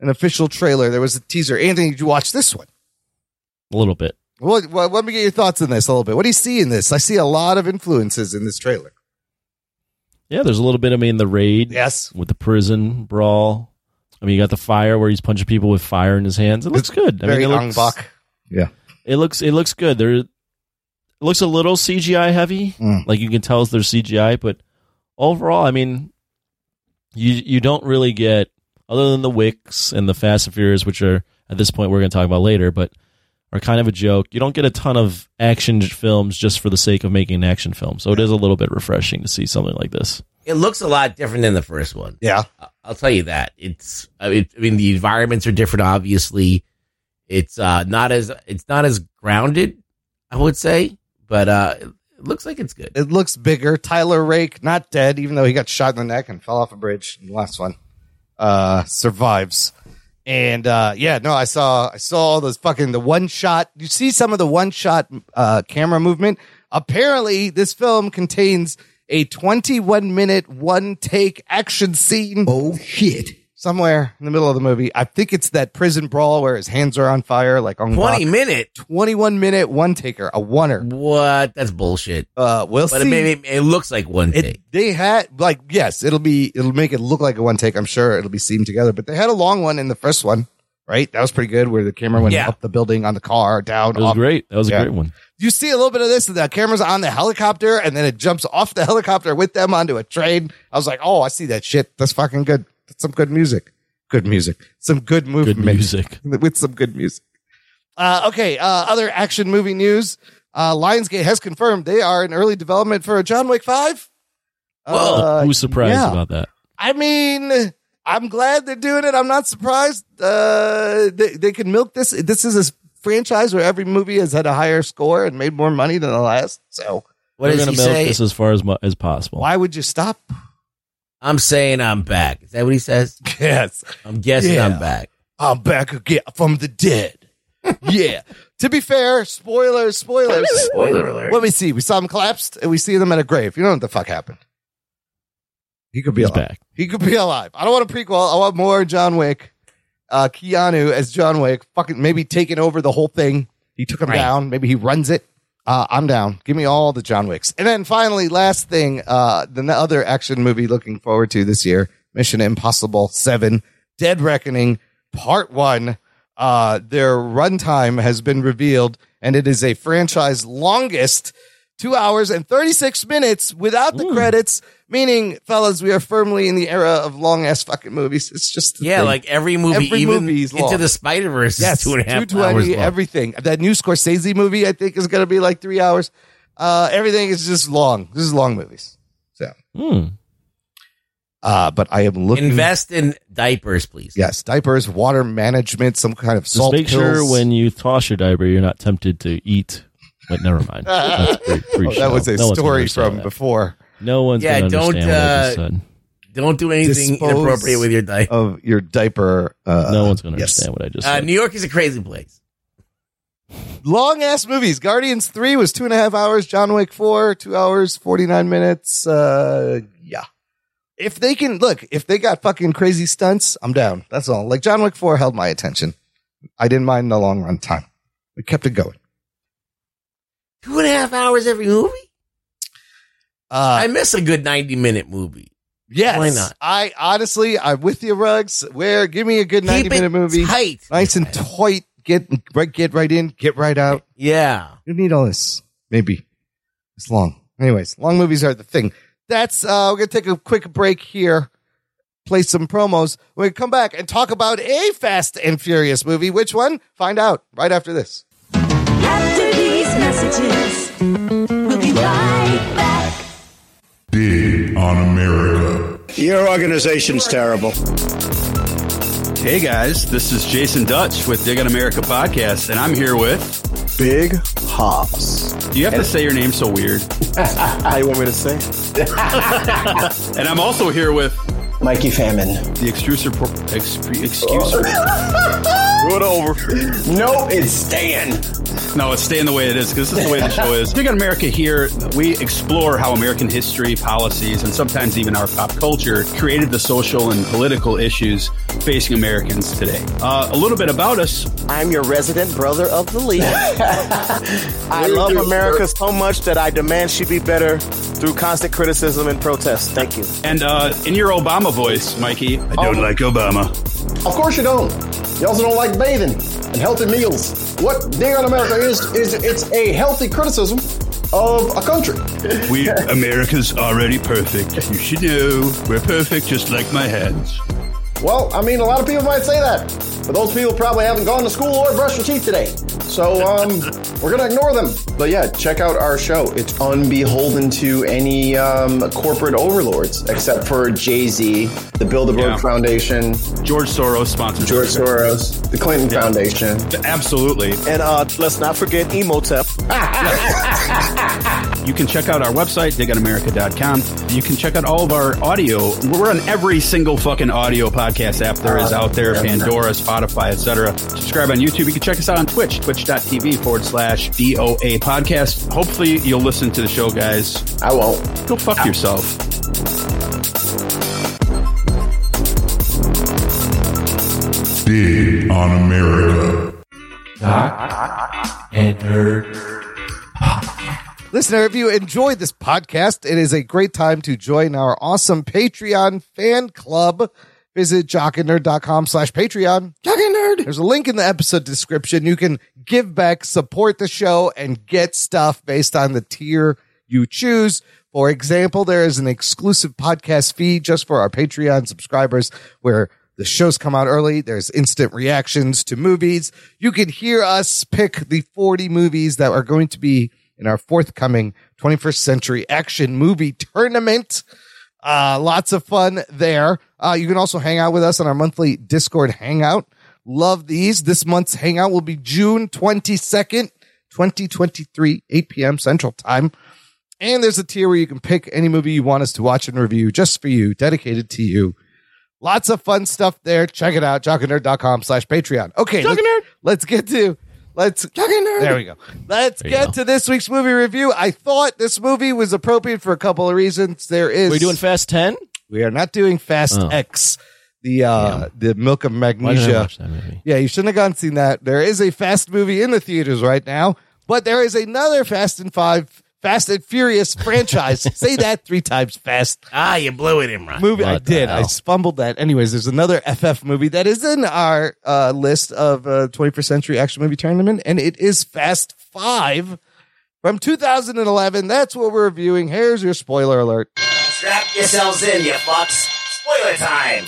A: an official trailer. There was a teaser. Anthony, did you watch this one?
E: a little bit.
A: What, what, let me get your thoughts on this a little bit. What do you see in this? I see a lot of influences in this trailer.
E: Yeah, there's a little bit. I mean, the raid
A: Yes.
E: with the prison brawl. I mean, you got the fire where he's punching people with fire in his hands. It looks good. I mean,
A: Very
E: it looks,
A: Angbok.
E: it looks it looks good. There it looks a little CGI heavy.
A: Mm.
E: Like you can tell there's CGI, but overall, I mean, you you don't really get other than the Wicks and the Fast and Furious, which are at this point we're going to talk about later, but are kind of a joke. You don't get a ton of action j- films just for the sake of making an action film. So it is a little bit refreshing to see something like this.
F: it looks a lot different than the first one.
A: Yeah.
F: I- I'll tell you that it's. I mean, I mean, the environments are different. Obviously, it's uh, not as it's not as grounded. I would say, but uh, it looks like it's good.
A: It looks bigger. Tyler Rake, not dead, even though he got shot in the neck and fell off a bridge in the last one. Uh survives. And uh yeah, no, I saw I saw all those fucking the one shot. You see some of the one shot uh camera movement. Apparently, this film contains a 21 minute one take action scene
G: Oh shit.
A: somewhere in the middle of the movie. I think it's that prison brawl where his hands are on fire like on
F: Twenty minute.
A: 21 minute one taker, a oneer.
F: What? That's bullshit.
A: Uh we'll
F: But
A: see.
F: it, maybe it looks like one
A: It,
F: take.
A: They had like yes, it'll be it'll make it look like a one take. I'm sure it'll be seamed together. But they had a long one in the first one, right? That was pretty good, where the camera went
F: Yeah.
A: up the building on the car, down.
E: It was
A: Off.
E: great. That was
A: Yeah.
E: a great one.
A: You see a little bit of this. and The camera's on the helicopter, and then it jumps off the helicopter with them onto a train. I was like, oh, I see that shit. That's fucking good. That's some good music. Good music. Some good
E: Good
A: movement
E: music.
A: with some good music. Uh, okay, uh, other action movie news. Uh, Lionsgate has confirmed they are in early development for a John Wick 5. Uh,
E: Who's surprised
A: yeah.
E: about that?
A: I mean, I'm glad they're doing it. I'm not surprised. Uh, they, they can milk this. This is a franchise where every movie has had a higher score and made more money than the last. So
E: We're
F: What does
E: gonna
F: he
E: milk
F: say?
E: this as far as mu- as possible.
A: why would you stop?
F: I'm saying I'm back. Is that what he says?
A: Yes.
F: I'm guessing
A: Yeah.
F: I'm back.
A: I'm back again from the dead. yeah. To be fair, spoilers, spoilers. Spoiler alert. Let me see. We saw him collapsed and we see them at a grave. You know what the fuck happened. He could be
E: He's
A: alive.
E: back.
A: He could be alive. I don't want a prequel. I want more John Wick. Uh, Keanu as John Wick, fucking maybe taking over the whole thing. He took him
F: Right.
A: down. Maybe he runs it. Uh, I'm down. Give me all the John Wicks. And then finally, last thing, uh, the n- other action movie looking forward to this year, Mission Impossible 7, Dead Reckoning, Part 1. Uh, their runtime has been revealed, and it is a franchise longest two hours and 36 minutes without the credits, meaning, fellas, we are firmly in the era of long ass fucking movies. It's just, the
F: Yeah,
A: thing.
F: like every movie,
A: Every
F: even
A: movie is
F: Into
A: long.
F: the Spider Verse,
A: yes,
F: is two and a half
A: 220,
F: hours long.
A: everything. That new Scorsese movie, I think, is going to be like three hours. Uh, everything is just long. This is long movies. So,
E: Hmm.
A: uh, but I am looking.
F: Invest in diapers, please.
A: Yes, diapers, water management, some kind of
E: Just
A: salt.
E: make sure
A: pills.
E: when you toss your diaper, you're not tempted to eat. But never mind. That's pre-
A: Oh,
E: pre-show.
A: that was a
E: No one's gonna
A: story
E: understand
A: from
E: that.
A: before
E: No one's
F: Yeah,
E: gonna
F: don't,
E: understand what I just
F: uh,
E: said.
F: Don't do anything
A: Dispose
F: inappropriate with your diaper.
A: of your diaper. Uh,
E: No one's gonna
A: yes.
E: understand what I just
F: Uh,
E: said.
F: New York is a crazy place.
A: long ass movies. Guardians three was two and a half hours. John Wick four, two hours forty nine minutes. Uh, yeah. If they can look, if they got fucking crazy stunts, I'm down. That's all. Like John Wick four held my attention. I didn't mind the long run time. We kept it going.
F: Two and a half hours every movie.
A: Uh,
F: I miss a good ninety minute movie.
A: yes,
F: why not?
A: I honestly, I'm with you, Rugs. Where give me a good ninety
F: Keep it
A: minute movie,
F: tight.
A: nice and tight. Get right, get right in, get right out.
F: yeah.
A: You need all this. Maybe. It's long. Anyways, long movies are the thing. That's uh we're gonna take a quick break here. play some promos. When we come back and talk about a Fast and Furious movie. Which one? Find out right after this.
H: After these messages, we'll be right back.
I: Big on America.
J: Your organization's terrible.
K: Hey guys, this is Jason Dutch with Dig on America podcast, and I'm here with
L: Big Hops.
K: Do you have to say your name so weird?
L: How you want me to say?
K: and I'm also here with
L: Mikey Famine.
K: The extruder, pro- expre- excuser. Oh. Do it over.
L: No, it's staying.
K: No, it's staying the way it is because this is the way the show is. Big on America here, we explore how American history, policies, and sometimes even our pop culture created the social and political issues facing Americans today. Uh, a little bit about us.
M: I'm your resident brother of the league. I
L: We're love America work. so much that I demand she be better through constant criticism and protest. Thank you.
K: And uh, in your Obama voice, Mikey. I
I: don't oh. like Obama.
L: Of course you don't. You also don't like bathing and healthy meals. What Dig on America is is it's a healthy criticism of a country.
I: We America's already perfect. You should know we're perfect, just like my hands.
L: Well, I mean, a lot of people might say that, but those people probably haven't gone to school or brushed their teeth today. So, um, we're gonna ignore them. But yeah, check out our show. It's unbeholden to any um, corporate overlords, except for Jay Z, the Build a Board yeah. Foundation,
K: George Soros sponsored,
L: George Soros, the Clinton yeah. Foundation,
K: absolutely.
L: And uh, let's not forget Emotep.
K: You can check out our website, digonamerica.com. You can check out all of our audio. We're on every single fucking audio podcast app there is out there Pandora, Spotify, etc. Subscribe on YouTube. You can check us out on Twitch, twitch.tv forward slash DOA podcast. Hopefully, you'll listen to the show, guys.
L: I won't.
K: Go fuck
L: I-
K: yourself.
I: Big on America.
N: Doc and Nerd.
A: Listener, if you enjoyed this podcast, it is a great time to join our awesome Patreon fan club. Visit jockandnerd.com slash Patreon.
M: Jock and Nerd!
A: There's a link in the episode description. You can give back, support the show, and get stuff based on the tier you choose. For example, there is an exclusive podcast feed just for our Patreon subscribers where the shows come out early. There's instant reactions to movies. You can hear us pick the 40 movies that are going to be in our forthcoming 21st Century Action Movie Tournament. Uh, lots of fun there. Uh, you can also hang out with us on our monthly Discord hangout. Love these. This month's hangout will be June 22nd, 2023, 8 p.m. Central Time. And there's a tier where you can pick any movie you want us to watch and review just for you, dedicated to you. Lots of fun stuff there. Check it out. Jockandnerd.com slash Patreon. Okay. Let's, let's get to Let's there we go. Let's get go. to this week's movie review. I thought this movie was appropriate for a couple of reasons. There is
E: we're doing Fast Ten.
A: We are not doing Fast oh. X. The uh, Damn. the Milk of Magnesia. Yeah, you shouldn't have gone seen that. There is a Fast movie in the theaters right now, but there is another Fast and Five. Fast and Furious franchise. Say that three times fast.
F: Ah, you blew it, Imran.
A: Movie. What I did. I fumbled that. Anyways, there's another FF movie that is in our uh, list of uh, 21st Century Action Movie Tournament, and it is Fast Five from 2011. That's what we're reviewing. Here's your spoiler alert.
C: Strap yourselves in, you fucks. Spoiler time.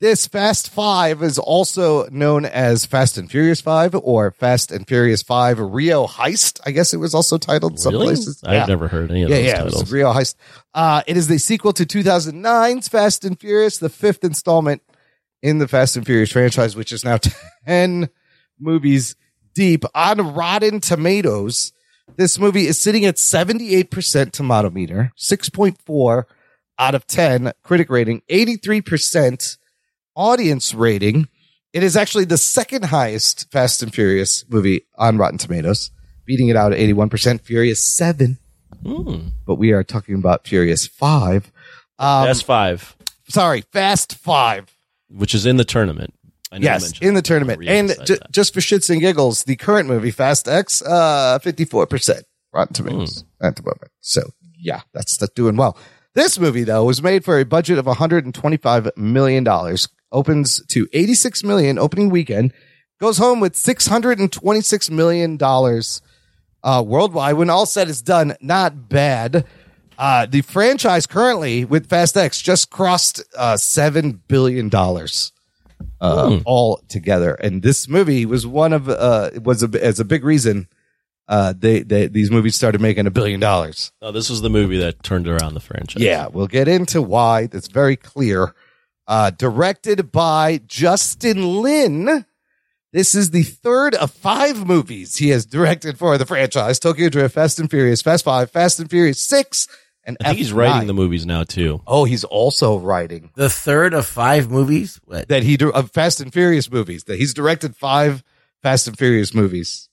A: This Fast Five is also known as Fast and Furious Five or Fast and Furious Five Rio Heist. I guess it was also titled some
E: Really?
A: places.
E: I've never heard any of
A: yeah,
E: those
A: yeah,
E: titles.
A: It was Rio Heist. Uh, it is the sequel to 2009's Fast and Furious, the fifth installment in the Fast and Furious franchise, which is now 10 movies deep on Rotten Tomatoes. This movie is sitting at 78% tomato meter, 6.4 out of 10 critic rating, 83% audience rating. It is actually the second highest Fast and Furious movie on Rotten Tomatoes, beating it out at 81%, Furious 7.
E: Mm.
A: But we are talking about Furious 5.
E: Um, Fast 5.
A: Sorry, Fast 5.
E: Which is in the tournament. I
A: know yes, in the tournament. And j- just for shits and giggles, the current movie, Fast X, uh, 54% Rotten Tomatoes
E: Hmm.
A: mm. at the moment. So, yeah, that's, that's doing well. This movie, though, was made for a budget of $125 million, opens to 86 million opening weekend goes home with 626 million dollars uh, worldwide when all said is done not bad Uh, the franchise currently with Fast X just crossed uh, seven billion dollars uh,
E: Hmm.
A: all together, and this movie was one of uh, was a, as a big reason uh, they, they these movies started making a billion dollars.
E: Oh, this was the movie that turned around the franchise.
A: Yeah, we'll get into why. That's very clear. Uh, directed by Justin Lin. This is the third of five movies he has directed for the franchise: Tokyo Drift, Fast and Furious, Fast Five, Fast and Furious Six, and
E: I think he's writing the movies now too.
A: Oh, he's also writing
F: The third of five movies What?
A: that he di- of Fast and Furious movies that he's directed five Fast and Furious movies.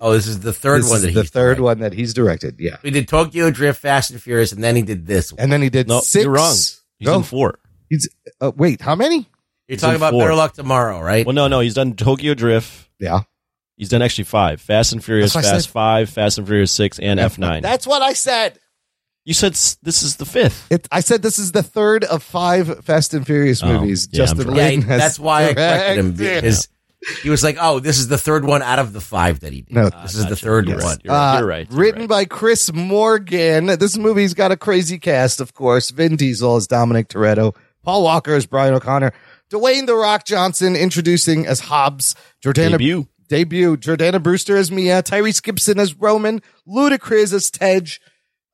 F: Oh, this is the third
A: This
F: one
A: is
F: that
A: the
F: he's
A: third
F: directed.
A: one that he's directed. Yeah,
F: We did Tokyo Drift, Fast and Furious, and then he did this one.
A: and then he did
E: No,
A: 6
E: you're wrong. He's in four.
A: He's uh, wait, how many?
F: You're
E: He's
F: talking
E: in
F: about
E: four.
F: Better Luck Tomorrow, right?
E: Well, no, no, he's done Tokyo Drift.
A: Yeah.
E: He's done actually five: Fast and Furious,
A: That's what I
E: Fast
A: said.
E: Five, Fast and Furious Six, and F Nine.
A: That's what I said.
E: You said s- this is the fifth.
A: It, I said this is the third of five Fast and Furious
E: Oh,
A: movies.
E: yeah, I'm
A: Justin
E: right.
F: Yeah,
A: Lin has
F: that's why I corrected him
A: directed.
F: because he was like, "Oh, this is the third one out of the five that he did.
A: No.
F: this is the third
A: Yes.
F: one."
E: Uh, You're, right.
A: Uh,
E: you're right.
A: Written by Chris Morgan. This movie's got a crazy cast, of course. Vin Diesel is Dominic Toretto. Paul Walker is Brian O'Connor. Dwayne The Rock Johnson introducing as Hobbs. Jordana
E: Debut.
A: Debut. Jordana Brewster as Mia. Tyrese Gibson as Roman. Ludacris as Tej.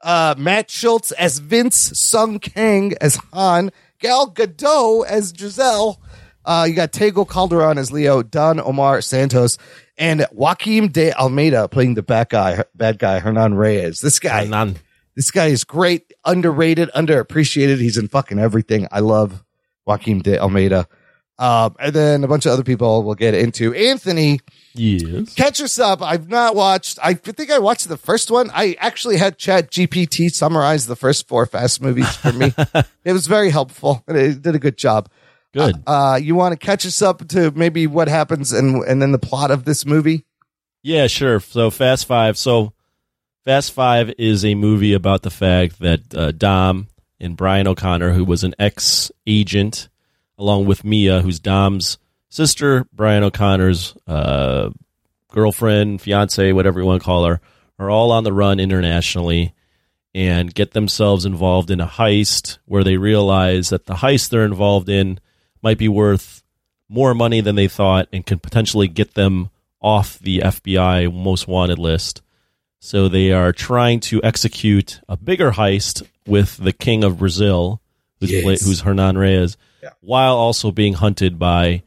A: Uh, Matt Schultz as Vince. Sung Kang as Han. Gal Gadot as Giselle. Uh, you got Tego Calderon as Leo, Don Omar Santos, and Joaquim de Almeida playing the bad guy, bad guy Hernan Reyes. This guy,
E: None.
A: this guy is great, underrated, underappreciated. He's in fucking everything. I love Joaquim de Almeida. Um, and then a bunch of other people we'll get into. Anthony,
E: Yes.
A: catch us up. I've not watched. I think I watched the first one. I actually had Chat GPT summarize the first four Fast movies for me. it was very helpful. and It did a good job.
E: Good.
A: Uh, you want to catch us up to maybe what happens and and then the plot of this movie?
E: Yeah, sure. So Fast Five. So Fast Five is a movie about the fact that uh, Dom and Brian O'Connor, who was an ex agent, along with Mia, who's Dom's sister, Brian O'Connor's uh, girlfriend, fiance, whatever you want to call her, are all on the run internationally and get themselves involved in a heist where they realize that the heist they're involved in might be worth more money than they thought and can potentially get them off the FBI most wanted list. So they are trying to execute a bigger heist with the king of Brazil, who's,
A: Yes.
E: pla- who's Hernan Reyes, while also being hunted by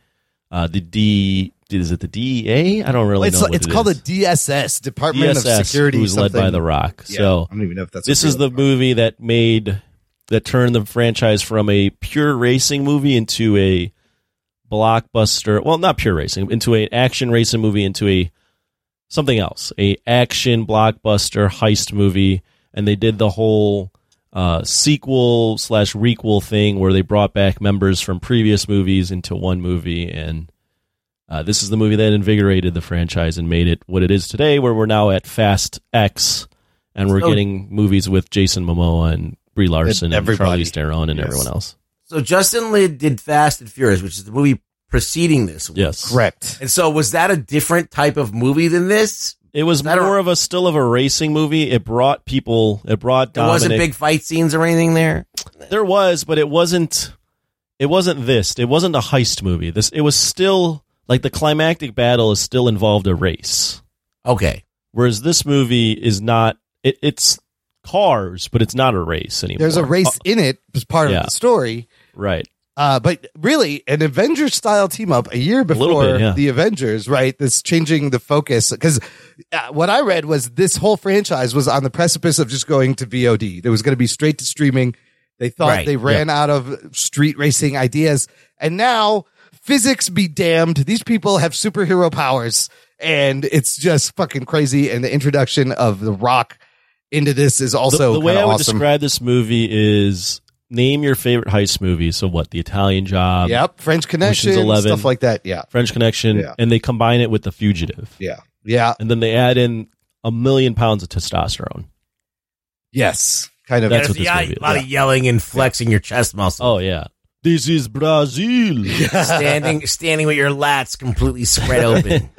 E: uh, the D. Is it the DEA? I don't really
A: it's
E: know. what
A: it's
E: it
A: called
E: is.
A: a DSS Department of
E: DSS,
A: Security,
E: who's led by
A: something.
E: The Rock.
A: Yeah,
E: So
A: I don't even know if that's a
E: this is
A: real-
E: the movie that made that turned the franchise from a pure racing movie into a blockbuster. Well, not pure racing, into an action racing movie into a something else, a action blockbuster heist movie, and they did the whole uh, sequel slash requel thing where they brought back members from previous movies into one movie, and uh, this is the movie that invigorated the franchise and made it what it is today, where we're now at Fast X, and we're
F: So-
E: getting movies with Jason Momoa and Brie Larson and,
A: everybody.
E: Charlize Theron and
A: Yes.
E: everyone else.
F: So Justin Lin did Fast and Furious, which is the movie preceding this one.
E: Yes,
A: correct.
F: And so, was that a different type of movie than this?
E: It was
F: I don't-
E: more of a still of a racing movie. It brought people. It brought
F: There
E: Dominic.
F: wasn't big fight scenes or anything there.
E: There was, but it wasn't. It wasn't this. It wasn't a heist movie. This. It was still like the climactic battle is still involved a race.
F: Okay,
E: Whereas this movie is not. It, it's cars, but it's not a race anymore.
A: There's a race in it as part
E: Uh, yeah.
A: of the story.
E: right?
A: Uh, but really, an Avengers style team up a year
E: little
A: before
E: bit, yeah.
A: the Avengers, right? That's changing the focus because uh, what I read was this whole franchise was on the precipice of just going to VOD. There was going to be straight to streaming. They thought
F: Right,
A: they ran out of street racing ideas, and now physics be damned, these people have superhero powers, and it's just fucking crazy. And the introduction of The Rock into this is
E: The,
A: also
E: the way
A: kinda
E: I would
A: awesome.
E: describe this movie is name your favorite heist movie. So what? The Italian Job,
A: Yep, French Connection,
E: 11.
A: stuff like that. Yeah,
E: French Connection,
A: Yeah.
E: and they combine it with The Fugitive,
A: yeah, yeah.
E: and then they add in a million pounds of testosterone.
A: Yes, kind of.
E: That's
F: There's
E: what this
F: the-
E: movie is.
F: A lot of yelling and flexing your chest muscle.
E: Oh yeah. This is Brazil.
F: standing, standing with your lats completely spread open.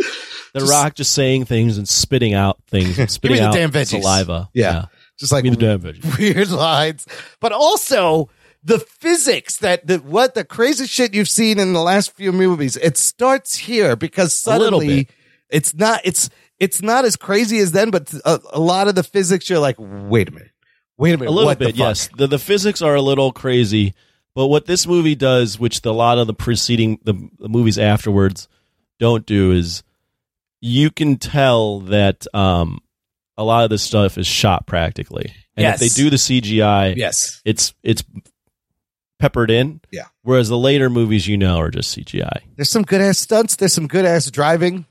E: The Rock just saying things and spitting out things, and
A: Give me
E: spitting
A: the
E: out
A: damn veggies.
E: saliva.
A: Yeah. just like weird lines, but also the physics that the what the crazy shit you've seen in the last few movies. It starts here because suddenly it's not it's it's not as crazy as then, but a, a lot of the physics you're like, wait a minute, wait a minute,
E: a little
A: what the
E: bit.
A: fuck?
E: yes, the the physics are a little crazy, but what this movie does, which the, a lot of the preceding the, the movies afterwards don't do, is you can tell that um, a lot of this stuff is shot practically, and
O: Yes.
E: if they do the CGI,
O: Yes.
E: it's it's peppered in.
A: Yeah.
E: Whereas the later movies, you know, are just CGI.
A: There's some good ass stunts. There's some good ass driving,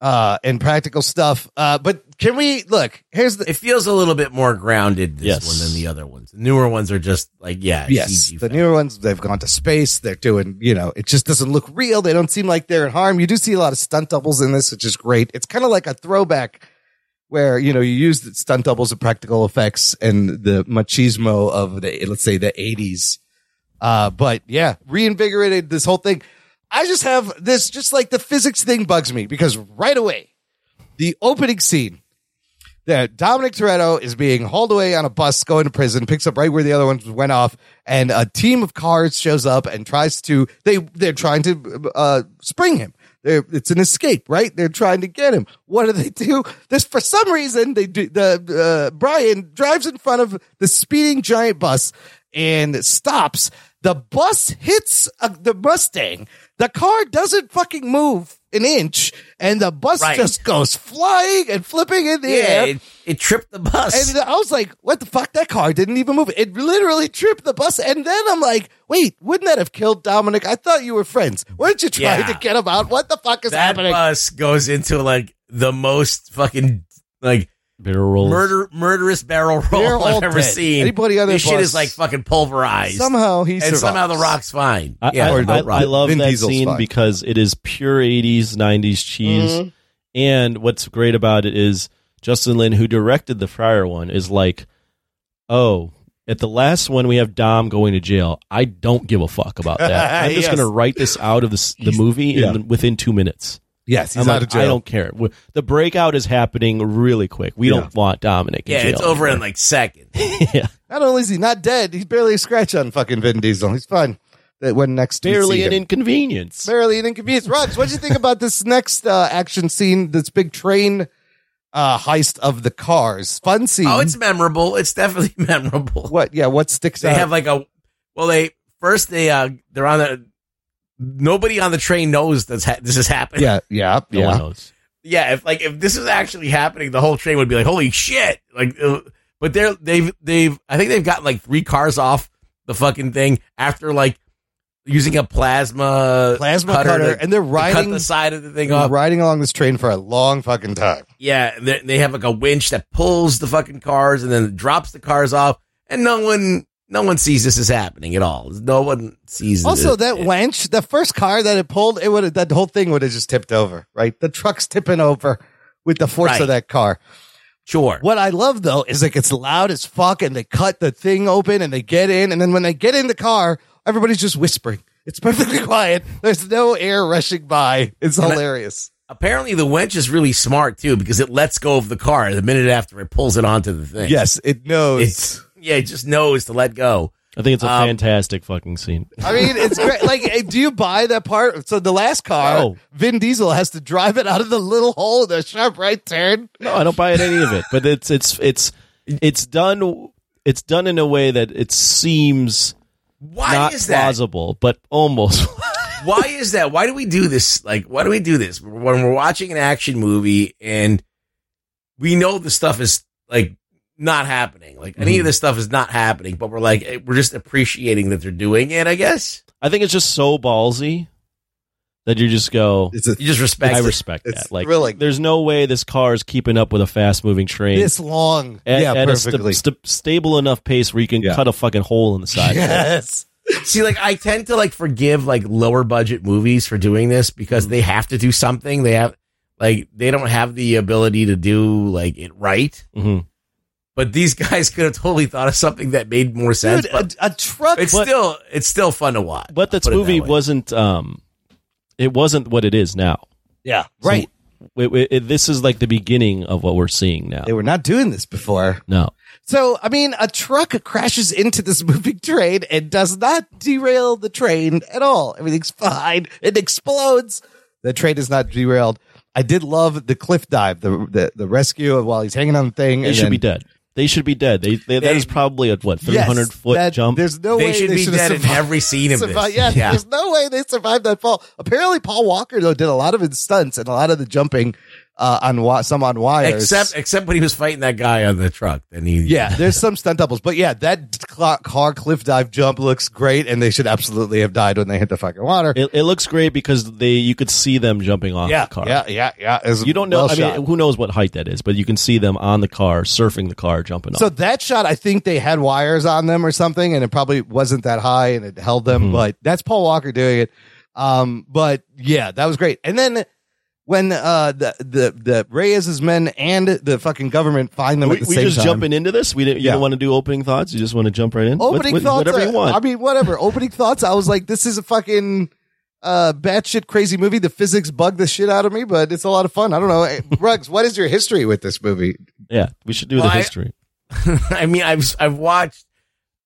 A: uh, and practical stuff. Uh, but can we look? Here's the
F: It feels a little bit more grounded this
A: Yes.
F: one than the other ones. The newer ones are just like yeah,
A: yes,
F: CG.
A: the newer ones they've gone to space. They're doing you know it just doesn't look real. They don't seem like they're in harm. You do see a lot of stunt doubles in this, which is great. It's kind of like a throwback where you know you use the stunt doubles and practical effects and the machismo of the let's say the 80s. Uh, but yeah, reinvigorated this whole thing. I just have this, just like the physics thing bugs me because right away, the opening scene that Dominic Toretto is being hauled away on a bus going to prison, picks up right where the other ones went off, and a team of cars shows up and tries to they they're trying to uh, spring him. They're, it's an escape, right? They're trying to get him. What do they do? This for some reason they do the uh, Brian drives in front of the speeding giant bus and stops. The bus hits uh, the Mustang. The car doesn't fucking move an inch, and the bus
F: Right.
A: just goes flying and flipping in the
F: Yeah,
A: air.
F: it, it tripped the bus.
A: And I was like, what the fuck? That car didn't even move. It literally tripped the bus. And then I'm like, wait, wouldn't that have killed Dominic? I thought you were friends. Weren't you trying
F: Yeah.
A: to get him out? What the fuck is
F: that
A: happening?
F: bus goes into like the most fucking like
E: barrel roll,
F: murder murderous barrel
A: They're
F: roll
A: all
F: I've ever
A: dead.
F: seen.
A: Anybody other
F: this shit
A: bus-
F: is like fucking pulverized.
A: Somehow he
F: and
A: survives.
F: somehow the rock's fine.
E: I,
F: yeah,
E: I,
F: no
E: I-
F: rock.
E: I love
A: Vin
E: that
A: Diesel's
E: scene
A: fine.
E: because it is pure 80s, 90s cheese.
F: Mm-hmm.
A: Mhm.
E: And what's great about it is Justin Lin, who directed the prior one, is like, oh, at the last one, we have Dom going to jail. I don't give a fuck about that. I'm just
A: Yes.
E: going to write this out of this, the movie
A: yeah.
E: in, within two minutes.
A: Yes, he's
E: I'm
A: out
E: like,
A: of jail.
E: I don't care. W- The breakout is happening really quick. We
A: Yeah.
E: don't want Dominic. In
F: yeah,
E: jail
F: it's over in
E: anymore.
F: like seconds.
A: Not only is he not dead, he's barely a scratch on fucking Vin Diesel. He's fine. That when next we
E: barely
A: see
E: an
A: him.
E: inconvenience.
A: barely an inconvenience. Raj, what do you think about this next uh, action scene? This big train uh, heist of the cars. Fun scene.
F: Oh, it's memorable. It's definitely memorable.
A: what? Yeah, what sticks
F: They
A: out?
F: have like a well. They first they uh they're on the nobody on the train knows that's ha- this is happening.
A: yeah, yeah,
E: No
A: yeah.
E: one knows.
F: yeah, if like if this is actually happening, the whole train would be like, "Holy shit!" Like, uh, but they're they've they've I think they've gotten like three cars off the fucking thing after like using a plasma
A: Plasma
F: cutter,
A: cutter,
F: to,
A: and they're
F: to cut
A: riding
F: the side of the thing
A: We've been
F: off.
A: riding along this train for a long fucking time.
F: Yeah, they, they have like a winch that pulls the fucking cars and then drops the cars off, and no one no one sees this is happening at all. No one sees.
A: Also,
F: it.
A: that wench, the first car that it pulled, it would have that whole thing would have just tipped over, right? The truck's tipping over with the force
F: Right.
A: of that car.
F: sure.
A: What I love though is like it's loud as fuck, and they cut the thing open and they get in, and then when they get in the car, everybody's just whispering. It's perfectly quiet. There's no air rushing by. It's
F: And I-
A: hilarious.
F: Apparently, the winch is really smart too because it lets go of the car the minute after it pulls it onto the thing.
A: Yes, it knows.
F: It's yeah, it just knows to let go.
E: I think it's a
F: Um,
E: fantastic fucking scene.
A: I mean, it's great. Like, eh, do you buy that part? So the last car,
E: No.
A: Vin Diesel has to drive it out of the little hole, the sharp right turn.
E: No, I don't buy it any of it. But it's it's it's it's done it's done in a way that it seems
F: Why
E: not
F: is that?
E: plausible, but almost.
F: Why is that? Why do we do this? Like, why do we do this when we're watching an action movie and we know the stuff is like not happening? Like, any of this stuff is not happening, but we're like, eh, we're just appreciating that they're doing it. I guess
E: I think it's just so ballsy that you just go.
A: It's a
F: you just respect.
E: I
F: it.
E: respect
A: it's
E: that. Like,
A: thrilling.
E: there's no way this car is keeping up with a fast moving train
A: this long.
E: at,
A: yeah,
E: at a sta-
A: perfectly.
E: sta- stable enough pace where you can
A: Yeah.
E: cut a fucking hole in the side.
A: yes.
F: See, like I tend to like forgive like lower budget movies for doing this because they have to do something. They have like they don't have the ability to do like it right.
E: hmm
F: But these guys could have totally thought of something that made more sense.
A: Dude, uh,
F: but
A: a, a truck.
F: it's
E: but-
F: still it's still fun to watch.
E: But this
F: Put it that
E: movie
F: way.
E: wasn't. Um, it wasn't what it is now.
A: yeah,
E: So
A: right.
E: it, it, this is like the beginning of what we're seeing now.
A: They were not doing this before.
E: No.
A: So, I mean, a truck crashes into this moving train and does not derail the train at all. Everything's fine. It explodes. The train is not derailed. I did love the cliff dive, the the, the rescue of while he's hanging on the thing.
E: They should then, be dead. They should be dead. They, they, they that is probably a what three hundred yes, foot
A: that,
E: jump.
A: There's no
F: they
A: way
F: should
A: they
F: be
A: should
F: dead
A: have survived,
F: in every scene of
A: survived,
F: this.
A: Yeah, there's no way they survived that fall. Apparently, Paul Walker though did a lot of his stunts and a lot of the jumping uh, on wa- some on wires.
F: Except except when he was fighting that guy on the truck. Then he
A: yeah, there's some stunt doubles, but yeah, that cl- car cliff dive jump looks great, and they should absolutely have died when they hit the fucking water.
E: It, it looks great because they you could see them jumping off
A: yeah,
E: the car.
A: Yeah, yeah, yeah. It's
E: You don't know.
A: well
E: I mean,
A: shot.
E: who knows what height that is, but you can see them on the car, surfing the car, jumping
A: So
E: off.
A: that shot, I think they had wires on them or something, and it probably wasn't that high, and it held them.
E: Mhm.
A: But that's Paul Walker doing it. Um, but yeah, that was great. And then when uh the the, the Reyes's men and the fucking government find them
E: We,
A: at the
E: we
A: same
E: just
A: time.
E: jumping into this. We didn't, you
A: Yeah.
E: don't want to do opening thoughts. You just want to jump right in. What-
A: opening
E: what-
A: thoughts,
E: whatever you
A: uh,
E: want.
A: I mean, whatever. opening thoughts. I was like, this is a fucking uh batshit crazy movie. The physics bug the shit out of me, but it's a lot of fun. I don't know, Hey, Ruggs. What is your history with this movie?
E: yeah, we should do
F: Well,
E: the
F: I-
E: history.
F: I mean, I've I've watched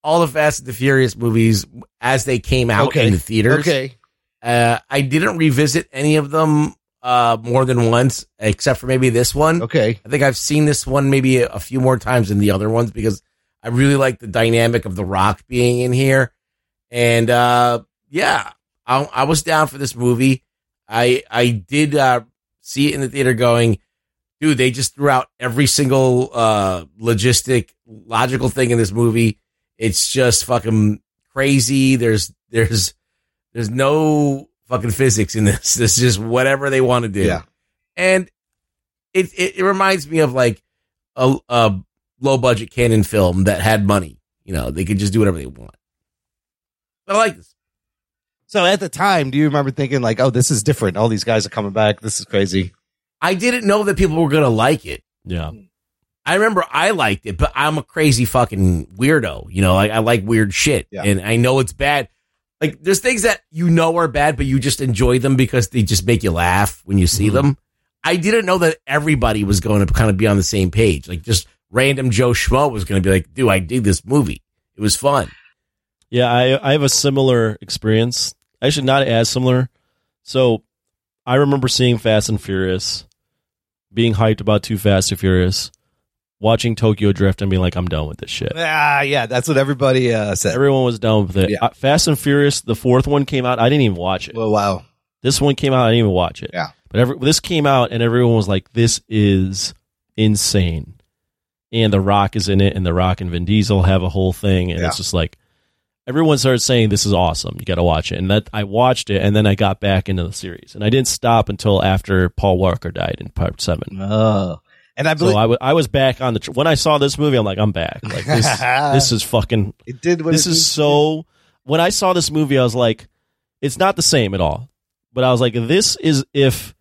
F: all the Fast and the Furious movies as they came out
A: Okay.
F: in the theaters.
A: Okay,
F: Uh, I didn't revisit any of them uh, more than once, except for maybe this one.
A: okay.
F: I think I've seen this one maybe a, a few more times than the other ones because I really like the dynamic of The Rock being in here. And uh, yeah, I, I was down for this movie. I I did uh, see it in the theater going, dude, they just threw out every single uh, logistic, logical thing in this movie. It's just fucking crazy. There's there's there's no fucking physics in this. This is just whatever they want to do.
A: Yeah.
F: And it, it, it reminds me of like a, a low budget canon film that had money. You know, they could just do whatever they want. But I like this.
A: So at the time, do you remember thinking like, oh, this is different. All these guys are coming back. This is crazy.
F: I didn't know that people were gonna like it.
E: Yeah.
F: I remember I liked it, but I'm a crazy fucking weirdo. You know, like I like weird shit,
A: Yeah.
F: and I know it's bad. Like there's things that you know are bad, but you just enjoy them because they just make you laugh when you see them. I didn't know that everybody was going to kind of be on the same page. Like just random Joe Schmo was going to be like, "Dude, I dig this movie. It was fun."
E: Yeah, I I have a similar experience. Actually, not as similar. So, I remember seeing Fast and Furious, being hyped about Too Fast and Furious, watching Tokyo Drift, and being like, "I'm done with this shit."
A: Ah, yeah, that's what everybody uh, said.
E: Everyone was done with it.
A: Yeah.
E: Uh, Fast and Furious, the fourth one came out. I didn't even watch it.
A: Well, wow.
E: This one came out. I didn't even watch it.
A: Yeah.
E: But every, this came out, and everyone was like, "This is insane." And The Rock is in it, and The Rock and Vin Diesel have a whole thing, and
A: Yeah.
E: it's just like everyone started saying, "This is awesome. You got to watch it." And that I watched it, and then I got back into the series, and I didn't stop until after Paul Walker died in Part Seven.
A: Oh, and I
E: So
A: believe
E: I wa- I was back on the tr- when I saw this movie, I'm like, "I'm back. Like this, this is fucking
A: it did. What
E: this
A: it
E: is so when i saw this movie i was like it's not the same at all but i was like this is if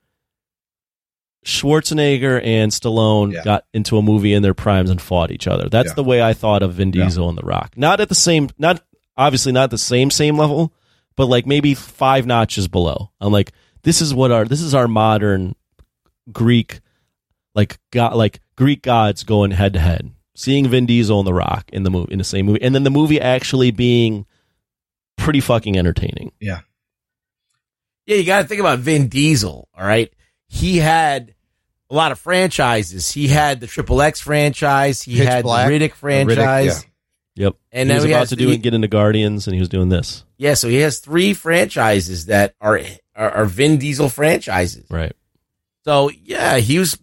E: schwarzenegger and stallone
A: Yeah.
E: got into a movie in their primes and fought each other that's
A: Yeah.
E: the way i thought of vin diesel and the rock not at the same not obviously not the same same level but like maybe five notches below i'm like this is what our this is our modern greek like god like Greek gods going head to head, seeing Vin Diesel and The Rock in the movie in the same movie, and then the movie actually being pretty fucking entertaining.
F: Yeah, you got to think about Vin Diesel. All right, he had a lot of franchises. He had the Triple X franchise. He
A: Pitch
F: had
A: Black.
F: the Riddick franchise.
A: yeah.
E: Yep.
F: And
E: he
F: now
E: was
F: he
E: about
F: has
E: to
F: the-
E: do and get into Guardians, and he was doing this.
F: Yeah, so he has three franchises that are are, are Vin Diesel franchises.
E: Right.
F: So yeah, he was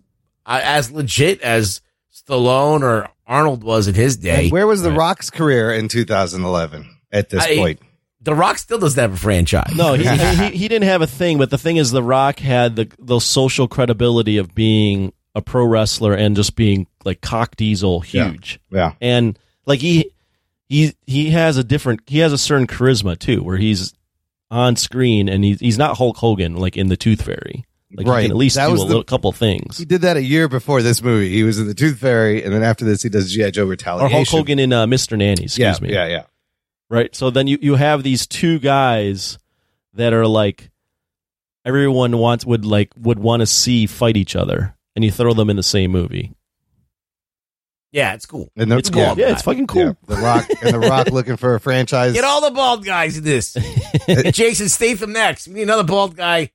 F: uh, as legit as Stallone or Arnold was in his day.
A: And where was The
E: Right.
A: Rock's career in 2011 at this
F: I-
A: point?
F: the Rock still doesn't have a franchise.
E: No, he, he he- he didn't have a thing, but the thing is, The Rock had the the social credibility of being a pro wrestler and just being like cock diesel huge.
A: Yeah.
E: and like he he he has a different he has a certain charisma too where he's on screen and he's he's not Hulk Hogan like in the Tooth Fairy like
A: Right.
E: he can at least
A: That
E: do a
A: was the-
E: little, couple things
A: He did that a year before this movie. He was in The Tooth Fairy, and then after this, he does G.I. Joe
E: or
A: Retaliation.
E: Hulk Hogan in uh, Mr. Nanny excuse
A: yeah,
E: me
A: yeah, yeah.
E: right so then you you have these two guys that are like everyone wants would like would want to see fight each other, and you throw them in the same movie.
F: Yeah, it's cool.
E: And the, it's cool. Yeah, yeah, it's fucking cool.
A: Yeah, the Rock and the Rock looking for a franchise.
F: Get all the bald guys in this. Jason Statham next. We need another bald guy.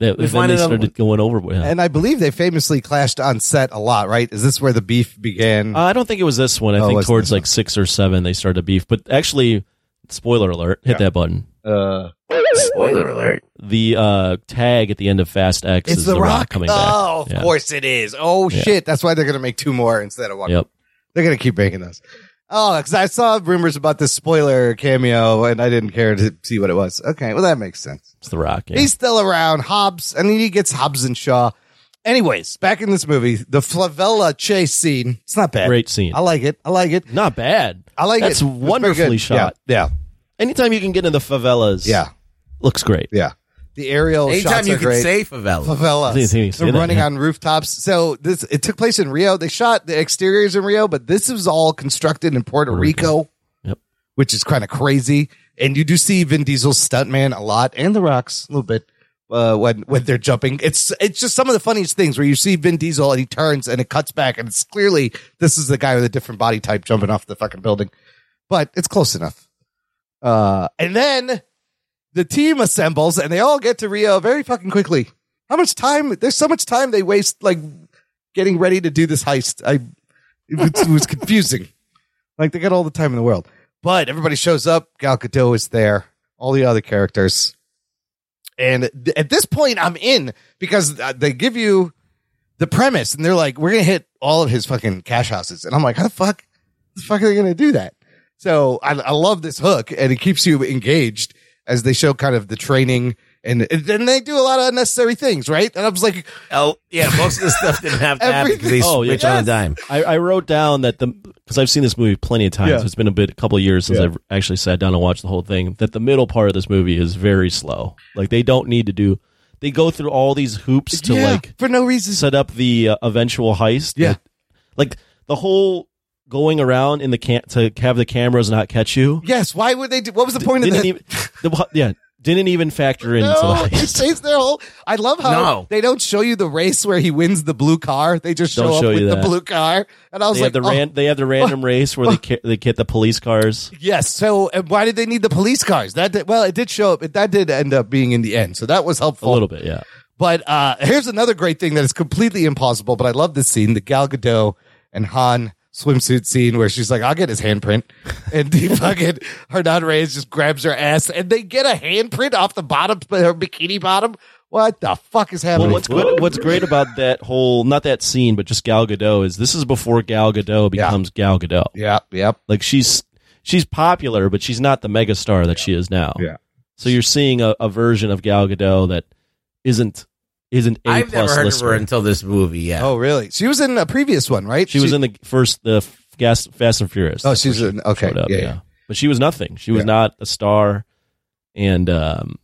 E: That, we then they started one. going over with
A: And I believe they famously clashed on set a lot, right? Is this where the beef began?
E: Uh, I don't think it was this one. I oh, think towards like six or seven they started beef. But actually, spoiler alert, hit yeah. that button.
A: Uh,
F: spoiler alert.
E: The uh, tag at the end of Fast X
A: it's
E: is the, rock. rock coming back.
A: Oh, of yeah. course it is. Oh yeah. shit, that's why they're gonna make two more instead of one.
E: Yep.
A: They're gonna keep making those. Oh, because I saw rumors about this spoiler cameo, and I didn't care to see what it was. Okay, well that makes sense.
E: It's The Rock. Yeah.
A: He's still around. Hobbs, and he gets Hobbs and Shaw. Anyways, back in this movie, the Flavella chase scene. It's not bad.
E: Great scene.
A: I like it. I like it.
E: Not bad.
A: I like
E: That's
A: it.
E: That's wonderfully shot.
A: yeah. yeah.
E: Anytime you can get into the favelas,
A: yeah,
E: looks great.
A: Yeah, the aerial.
F: Anytime you can
A: great.
F: say favelas,
A: favelas. They're running yeah. on rooftops. So this it took place in Rio. They shot the exteriors in Rio, but this was all constructed in Puerto, Puerto Rico, Rico.
E: Yep.
A: which is kind of crazy. And you do see Vin Diesel's stuntman a lot, and The Rock's a little bit. Uh, when when they're jumping, it's it's just some of the funniest things where you see Vin Diesel and he turns and it cuts back and it's clearly this is the guy with a different body type jumping off the fucking building, but it's close enough. Uh, and then the team assembles and they all get to Rio very fucking quickly. How much time? There's so much time they waste like getting ready to do this heist. I it was, it was confusing. Like they got all the time in the world, but everybody shows up. Gal Gadot is there. All the other characters. And th- at this point, I'm in because uh, they give you the premise, and they're like, "We're gonna hit all of his fucking cash houses," and I'm like, "How the fuck, the fuck are they gonna do that?" So I, I, love this hook and it keeps you engaged as they show kind of the training and then they do a lot of unnecessary things, right? And I was like,
F: oh yeah, most of the stuff didn't have to happen because they oh, switch yes. on a dime.
E: I, I, wrote down that the because I've seen this movie plenty of times. Yeah. So it's been a bit a couple years since yeah. I've actually sat down and watched the whole thing. That the middle part of this movie is very slow. Like they don't need to do. They go through all these hoops to
A: yeah,
E: like
A: for no reason
E: set up the uh, eventual heist.
A: Yeah,
E: like, like the whole going around in the can to have the cameras not catch you.
A: Yes. Why would they do? What was the point
E: didn't
A: of that?
E: Even, the, yeah. Didn't even factor in.
A: No, it saves their whole. I love how
F: no.
A: they don't show you the race where he wins the blue car. They just show, show up with that. the blue car, and I was
E: they
A: like,
E: have the oh, ran, they have the random oh, race where oh. they ca- they get the police cars.
A: Yes. So why did they need the police cars? That did, well, it did show up. It, that did end up being in the end, so that was helpful
E: a little bit. Yeah.
A: But uh, here's another great thing that is completely impossible. But I love this scene: the Gal Gadot and Han swimsuit scene where she's like, I'll get his handprint. And he fucking Hernan Reyes just grabs her ass and they get a handprint off the bottom, her bikini bottom. What the fuck is happening?
E: Well, what's, good, what's great about that whole, not that scene, but just Gal Gadot is this is before Gal Gadot becomes
A: yeah.
E: Gal Gadot.
A: Yeah, yep.
E: Like she's she's popular, but she's not the megastar that yeah. she is now.
A: Yeah.
E: So you're seeing a, a, version of Gal Gadot that isn't isn't a
F: Oh, I've never heard
E: listener.
F: of her until this movie. Yeah.
A: Oh, really? She was in a previous one, right?
E: She, she was in the first the Fast, Fast and Furious.
A: Oh, she's an, okay. Up, yeah, yeah. yeah,
E: but she was nothing. She was yeah. not a star, and um,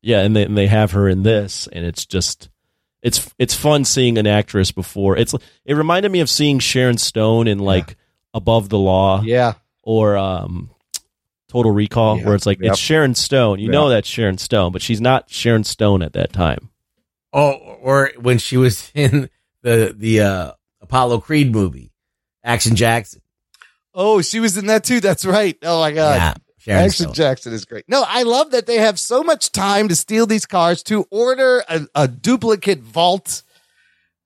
E: yeah, and they and they have her in this, and it's just it's it's fun seeing an actress before. It's it reminded me of seeing Sharon Stone in like Above the Law,
A: yeah,
E: or um, Total Recall, where it's like yep. it's Sharon Stone. You yep. know that's Sharon Stone, but she's not Sharon Stone at that time.
F: Oh, or when she was in the the uh, Apollo Creed movie, Action Jackson.
A: Oh, she was in that too. That's right. Oh my god.
F: Yeah,
A: Action Stone. Jackson is great. No, I love that they have so much time to steal these cars to order a, a duplicate vault.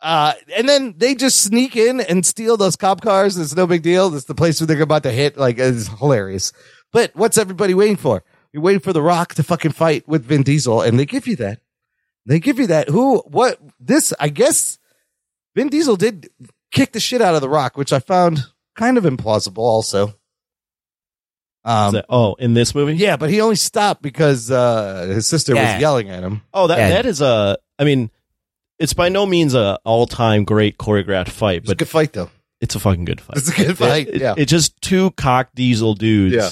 A: Uh, and then they just sneak in and steal those cop cars. It's no big deal. It's the place where they're about to hit. Like, it's hilarious. But what's everybody waiting for? You're waiting for The Rock to fucking fight with Vin Diesel, and they give you that. They give you that. Who, what, this, I guess Vin Diesel did kick the shit out of The Rock, which I found kind of implausible also.
E: Um, that, oh, in this movie?
A: Yeah, but he only stopped because uh, his sister yeah. was yelling at him.
E: Oh, that, yeah. that is a, I mean, it's by no means a all time great choreographed fight,
A: it's
E: but.
A: good fight, though.
E: It's a fucking good fight.
A: It's a good fight.
E: It,
A: yeah.
E: It's it just two cock diesel dudes, yeah.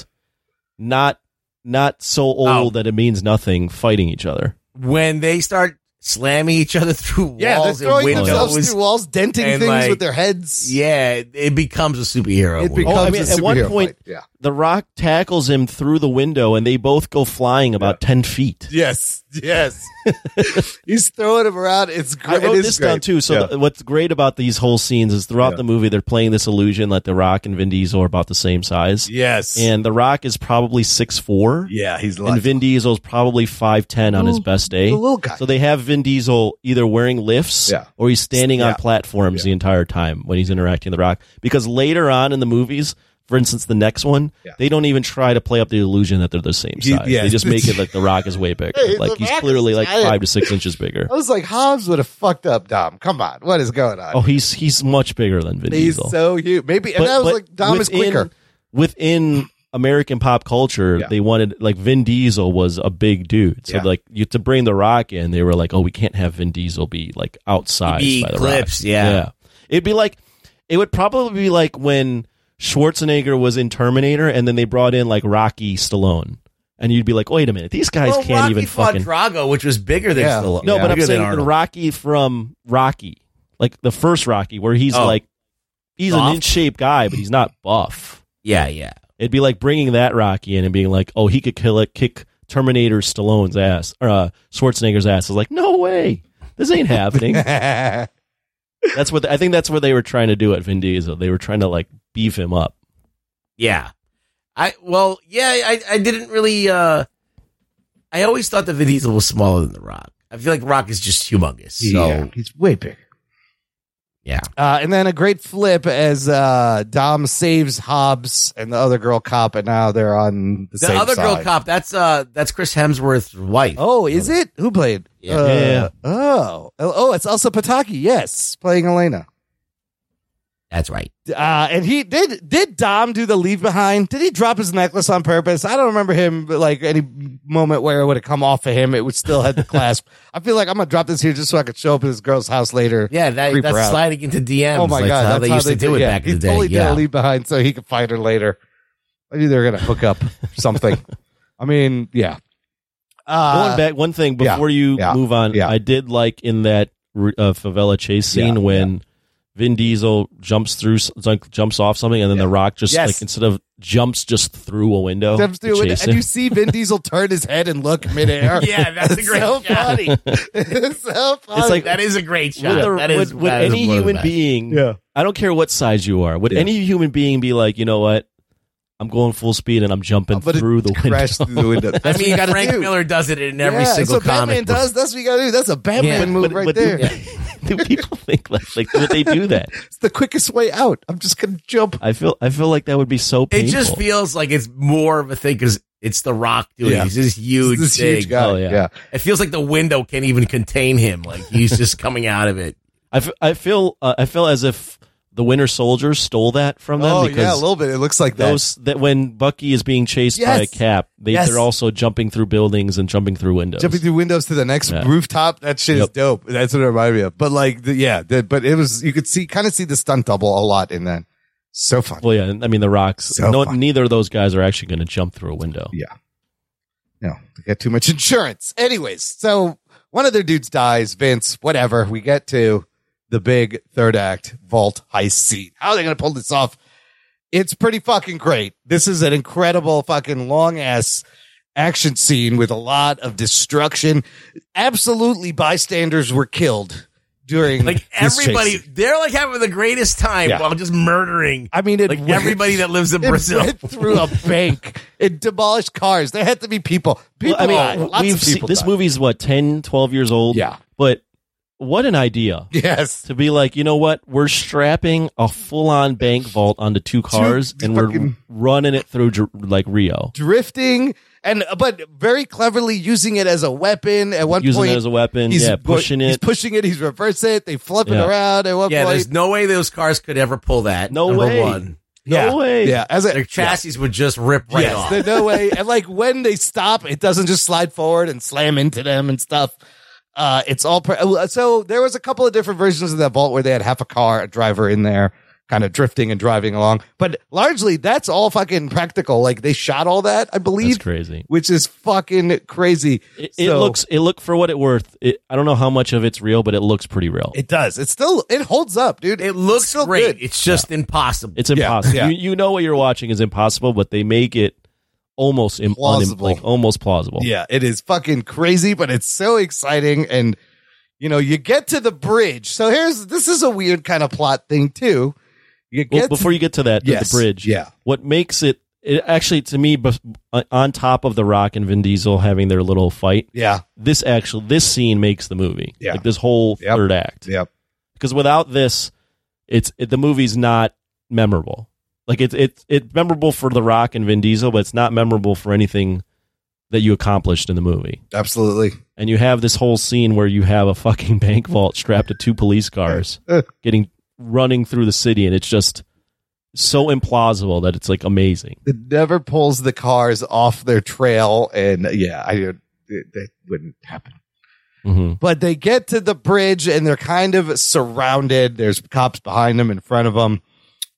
E: not not so old oh. that it means nothing, fighting each other
F: when they start slamming each other through
A: yeah,
F: walls
A: they're throwing
F: and windows,
A: themselves through walls, denting things like, with their heads.
F: Yeah, it becomes a superhero.
A: It becomes oh, I mean,
E: at one point,
A: fight. yeah.
E: The Rock tackles him through the window, and they both go flying about ten feet.
A: Yes, yes. He's throwing him around. It's great.
E: I wrote
A: it is
E: this
A: great.
E: down too. So
A: Yeah.
E: th- what's great about these whole scenes is throughout
A: Yeah.
E: the movie they're playing this illusion that The Rock and Vin Diesel are about the same size.
A: Yes.
E: and The Rock is probably six four.
A: Yeah, he's
E: and Vin Diesel is probably five ten on his
A: Little-
E: best day.
A: the little guy.
E: So they have Vin Diesel either wearing lifts
A: Yeah.
E: or he's standing
A: Yeah.
E: on platforms the entire time when he's interacting with The Rock. Because later on in the movies. For instance, the next one, they don't even try to play up the illusion that they're the same
A: He-
E: size.
A: yes.
E: They just make it like the Rock is way bigger.
A: Hey, The
E: like he's
A: Rock is
E: clearly like
A: giant.
E: five to six inches bigger.
A: I was like, Hobbs would have fucked up Dom. Come on, what is going on?
E: Oh, he's he's much bigger than Vin
A: He's
E: Diesel.
A: so huge. Maybe, and
E: But-
A: I was
E: but
A: like, Dom is
E: within-
A: quicker.
E: Within American pop culture,
A: Yeah.
E: they wanted like Vin Diesel was a big dude, so
A: Yeah.
E: like you to bring The Rock in, they were like, oh, we can't have Vin Diesel be like outsized
F: Be
E: by The
F: eclipsed,
E: Rock.
F: yeah.
E: it'd be like it would probably be like when Schwarzenegger was in Terminator, and then they brought in like Rocky Stallone, and you'd be like, wait a minute, these guys
F: Well,
E: can't
F: Rocky
E: even
F: fought
E: fucking
F: Drago, which was bigger than Stallone.
E: no, but I'm
F: Bigger than
E: saying the
F: Arnold.
E: Rocky from Rocky, like the first Rocky, where he's
F: Oh.
E: like, he's
F: Buff?
E: an in shape guy, but he's not buff.
F: Yeah, yeah.
E: It'd be like bringing that Rocky in and being like, oh, he could kill it, kick Terminator Stallone's ass or uh, Schwarzenegger's ass. I was like, no way, this ain't happening.
A: that's
E: what I think. That's what they were trying to do at Vin Diesel. They were trying to like beef him up.
F: Yeah. I well, yeah, I, I didn't really uh I always thought that Vin Diesel was smaller than The Rock. I feel like Rock is just humongous. So
A: Yeah, he's way bigger.
F: yeah.
A: Uh, and then a great flip as uh, Dom saves Hobbs and the other girl cop, and now they're on the,
F: The
A: same
F: other girl
A: side.
F: cop, that's uh that's Chris Hemsworth's wife.
A: Oh, is it? Who played?
F: Yeah.
A: Uh,
E: Yeah.
A: Oh. Oh, it's Elsa Pataki. Yes, playing Elena.
F: That's right.
A: Uh, and he did. Did Dom do the leave behind? Did he drop his necklace on purpose? I don't remember him like any moment where it would have come off of him. It would still had the clasp. I feel like I'm gonna drop this here just so I could show up at this girl's house later.
F: Yeah, that,
A: creep her
F: that's
A: out.
F: sliding into DMs.
A: Oh my
F: like
A: god,
F: how
A: that's
F: they used to do it
A: yeah,
F: back
A: he
F: in the day.
A: Totally did
F: yeah.
A: a leave behind so he could find her later. I knew they were gonna hook up or something. I mean, yeah. Uh,
E: Going back, one thing
A: yeah,
E: before you
A: yeah,
E: move on,
A: yeah.
E: I did like in that uh, favela chase scene
A: Yeah,
E: when Vin Diesel jumps through, s- like, jumps off something, and then The Rock just
A: Yes.
E: like instead of jumps, just through a window.
A: Steps
E: to
A: through a window,
E: chase
A: and
E: him.
A: you see Vin Diesel turn his head and look midair.
F: Yeah, that's a
A: It's
F: great
A: so
F: shot.
A: funny. it's so funny.
E: It's like
F: that is a great
E: Would,
F: shot.
E: the-
F: that is,
E: would- would
F: that is
E: any
F: one of the
E: human
F: best.
E: being,
A: Yeah.
E: I don't care what size you are, would
A: Yeah.
E: any human being be like, you know what? I'm going full speed and I'm jumping
A: Uh, But it
E: through the window.
A: crashed through the window. That's
F: I
A: what you
F: mean,
A: gotta
F: Frank
A: do.
F: Miller does it in every
A: yeah, that's
F: single
A: what Batman
F: comic. book.
A: does. That's what you gotta do. That's a Batman
F: Yeah.
A: move
E: But-
A: right
E: but-
A: there.
E: do people think like, like would they do that?
A: It's the quickest way out. I'm just gonna jump.
E: I feel I feel like that would be so
F: It
E: painful.
F: just feels like it's more of a thing because it's The Rock doing
A: Yeah.
F: it. He's this huge
A: this
F: thing.
A: huge guy.
E: Oh, yeah.
A: yeah.
F: It feels like the window can't even contain him. Like he's just coming out of it.
E: I, f- I feel uh, I feel as if the Winter Soldier stole that from them
A: Oh
E: because
A: yeah, a little bit. It looks like that.
E: those that when Bucky is being chased by a
A: Yes.
E: cap, they,
A: Yes.
E: they're also jumping through buildings and jumping through windows.
A: Jumping through windows to the next
E: Yeah.
A: rooftop. That shit is
E: Yep.
A: dope. That's what it reminded me of. But like, the, yeah, the, but it was, you could see, kind of see the stunt double a lot in that. So fun.
E: well, yeah, I mean the rocks.
A: So
E: no,
A: fun.
E: neither of those guys are actually going to jump through a window.
A: Yeah. No, they got too much insurance. Anyways, so one of their dudes dies, Vince, whatever. We get to the big third act vault heist scene. How are they going to pull this off? It's pretty fucking great. This is an incredible fucking long ass action scene with a lot of destruction. Absolutely, bystanders were killed during
F: Like
A: this chase
F: everybody,
A: scene.
F: they're like having the greatest time
A: Yeah.
F: while just murdering.
A: I mean, it
F: like
A: went-
F: everybody that lives in
A: It
F: Brazil.
A: went through a bank. It demolished cars. There had to be people. People.
E: Well, I mean,
A: died. Lots
E: we've
A: of people
E: seen, this
A: died.
E: movie's what 10, 12 years old.
A: Yeah.
E: but what an idea
A: Yes.
E: to be like, you know what? We're strapping a full-on bank vault onto two cars and
A: fucking-
E: we're running it through Jer- like Rio,
A: drifting and uh, but very cleverly using it as a weapon at one
E: using
A: point
E: it as a weapon.
A: go-
E: Yeah, pushing it.
A: he's pushing it he's reversing it they flip it
E: Yeah.
A: around at one
F: yeah,
A: point
F: there's no way those cars could ever pull that.
E: No
F: number
E: way.
F: One.
E: no
A: yeah.
E: way.
A: yeah as a
F: Their chassis would just rip right
A: yes,
F: off.
A: there's no way and like when they stop it doesn't just slide forward and slam into them and stuff uh it's all pre- so there was a couple of different versions of that vault where they had half a car a driver in there kind of drifting and driving along. But largely, that's all fucking practical. Like they shot all that, I believe.
E: That's crazy.
A: Which is fucking crazy.
E: It, it so, looks. It look for what it worth. It, I don't know how much of it's real, but it looks pretty real.
A: It does. It still. It holds up, dude.
F: It looks it's great. Good. It's just yeah. impossible.
E: It's impossible. Yeah. You, you, know what you're watching is impossible, but they make it almost Im- plausible. Un- like almost plausible.
A: Yeah, it is fucking crazy, but it's so exciting and. You know, you get to the bridge. So here's this is a weird kind of plot thing too.
E: You well, before you get to that, yes, the bridge.
A: Yeah.
E: What makes it, it actually to me, uh, on top of the Rock and Vin Diesel having their little fight.
A: Yeah.
E: This actual this scene makes the movie.
A: Yeah.
E: Like this whole
A: yep.
E: third act.
A: Yep.
E: Because without this, it's it, the movie's not memorable. Like it's it's it's memorable for the Rock and Vin Diesel, but it's not memorable for anything that you accomplished in the movie.
A: Absolutely.
E: And you have this whole scene where you have a fucking bank vault strapped to two police cars getting running through the city and it's just so implausible that it's like amazing.
A: It never pulls the cars off their trail and yeah, I it, that wouldn't happen. Mm-hmm. But they get to the bridge and they're kind of surrounded. There's cops behind them, in front of them.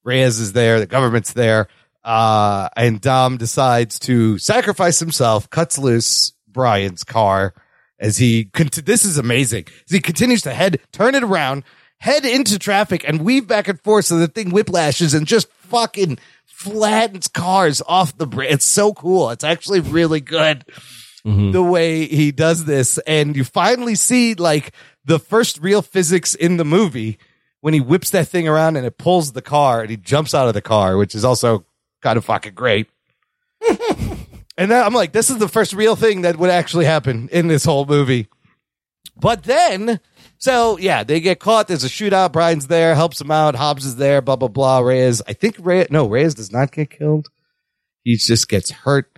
A: Reyes is there, the government's there. Uh, and Dom decides to sacrifice himself, cuts loose Brian's car as he, con- this is amazing, as he continues to head, turn it around, head into traffic and weave back and forth so the thing whiplashes and just fucking flattens cars off the bridge. It's so cool. It's actually really good mm-hmm. the way he does this. And you finally see like the first real physics in the movie when he whips that thing around and it pulls the car and he jumps out of the car, which is also kind of fucking great. and then I'm like, this is the first real thing that would actually happen in this whole movie. But then so yeah, they get caught. There's a shootout. Brian's there, helps him out. Hobbs is there. Blah blah blah. Reyes, I think Reyes. No, Reyes does not get killed. He just gets hurt.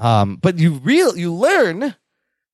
A: Um, but you real you learn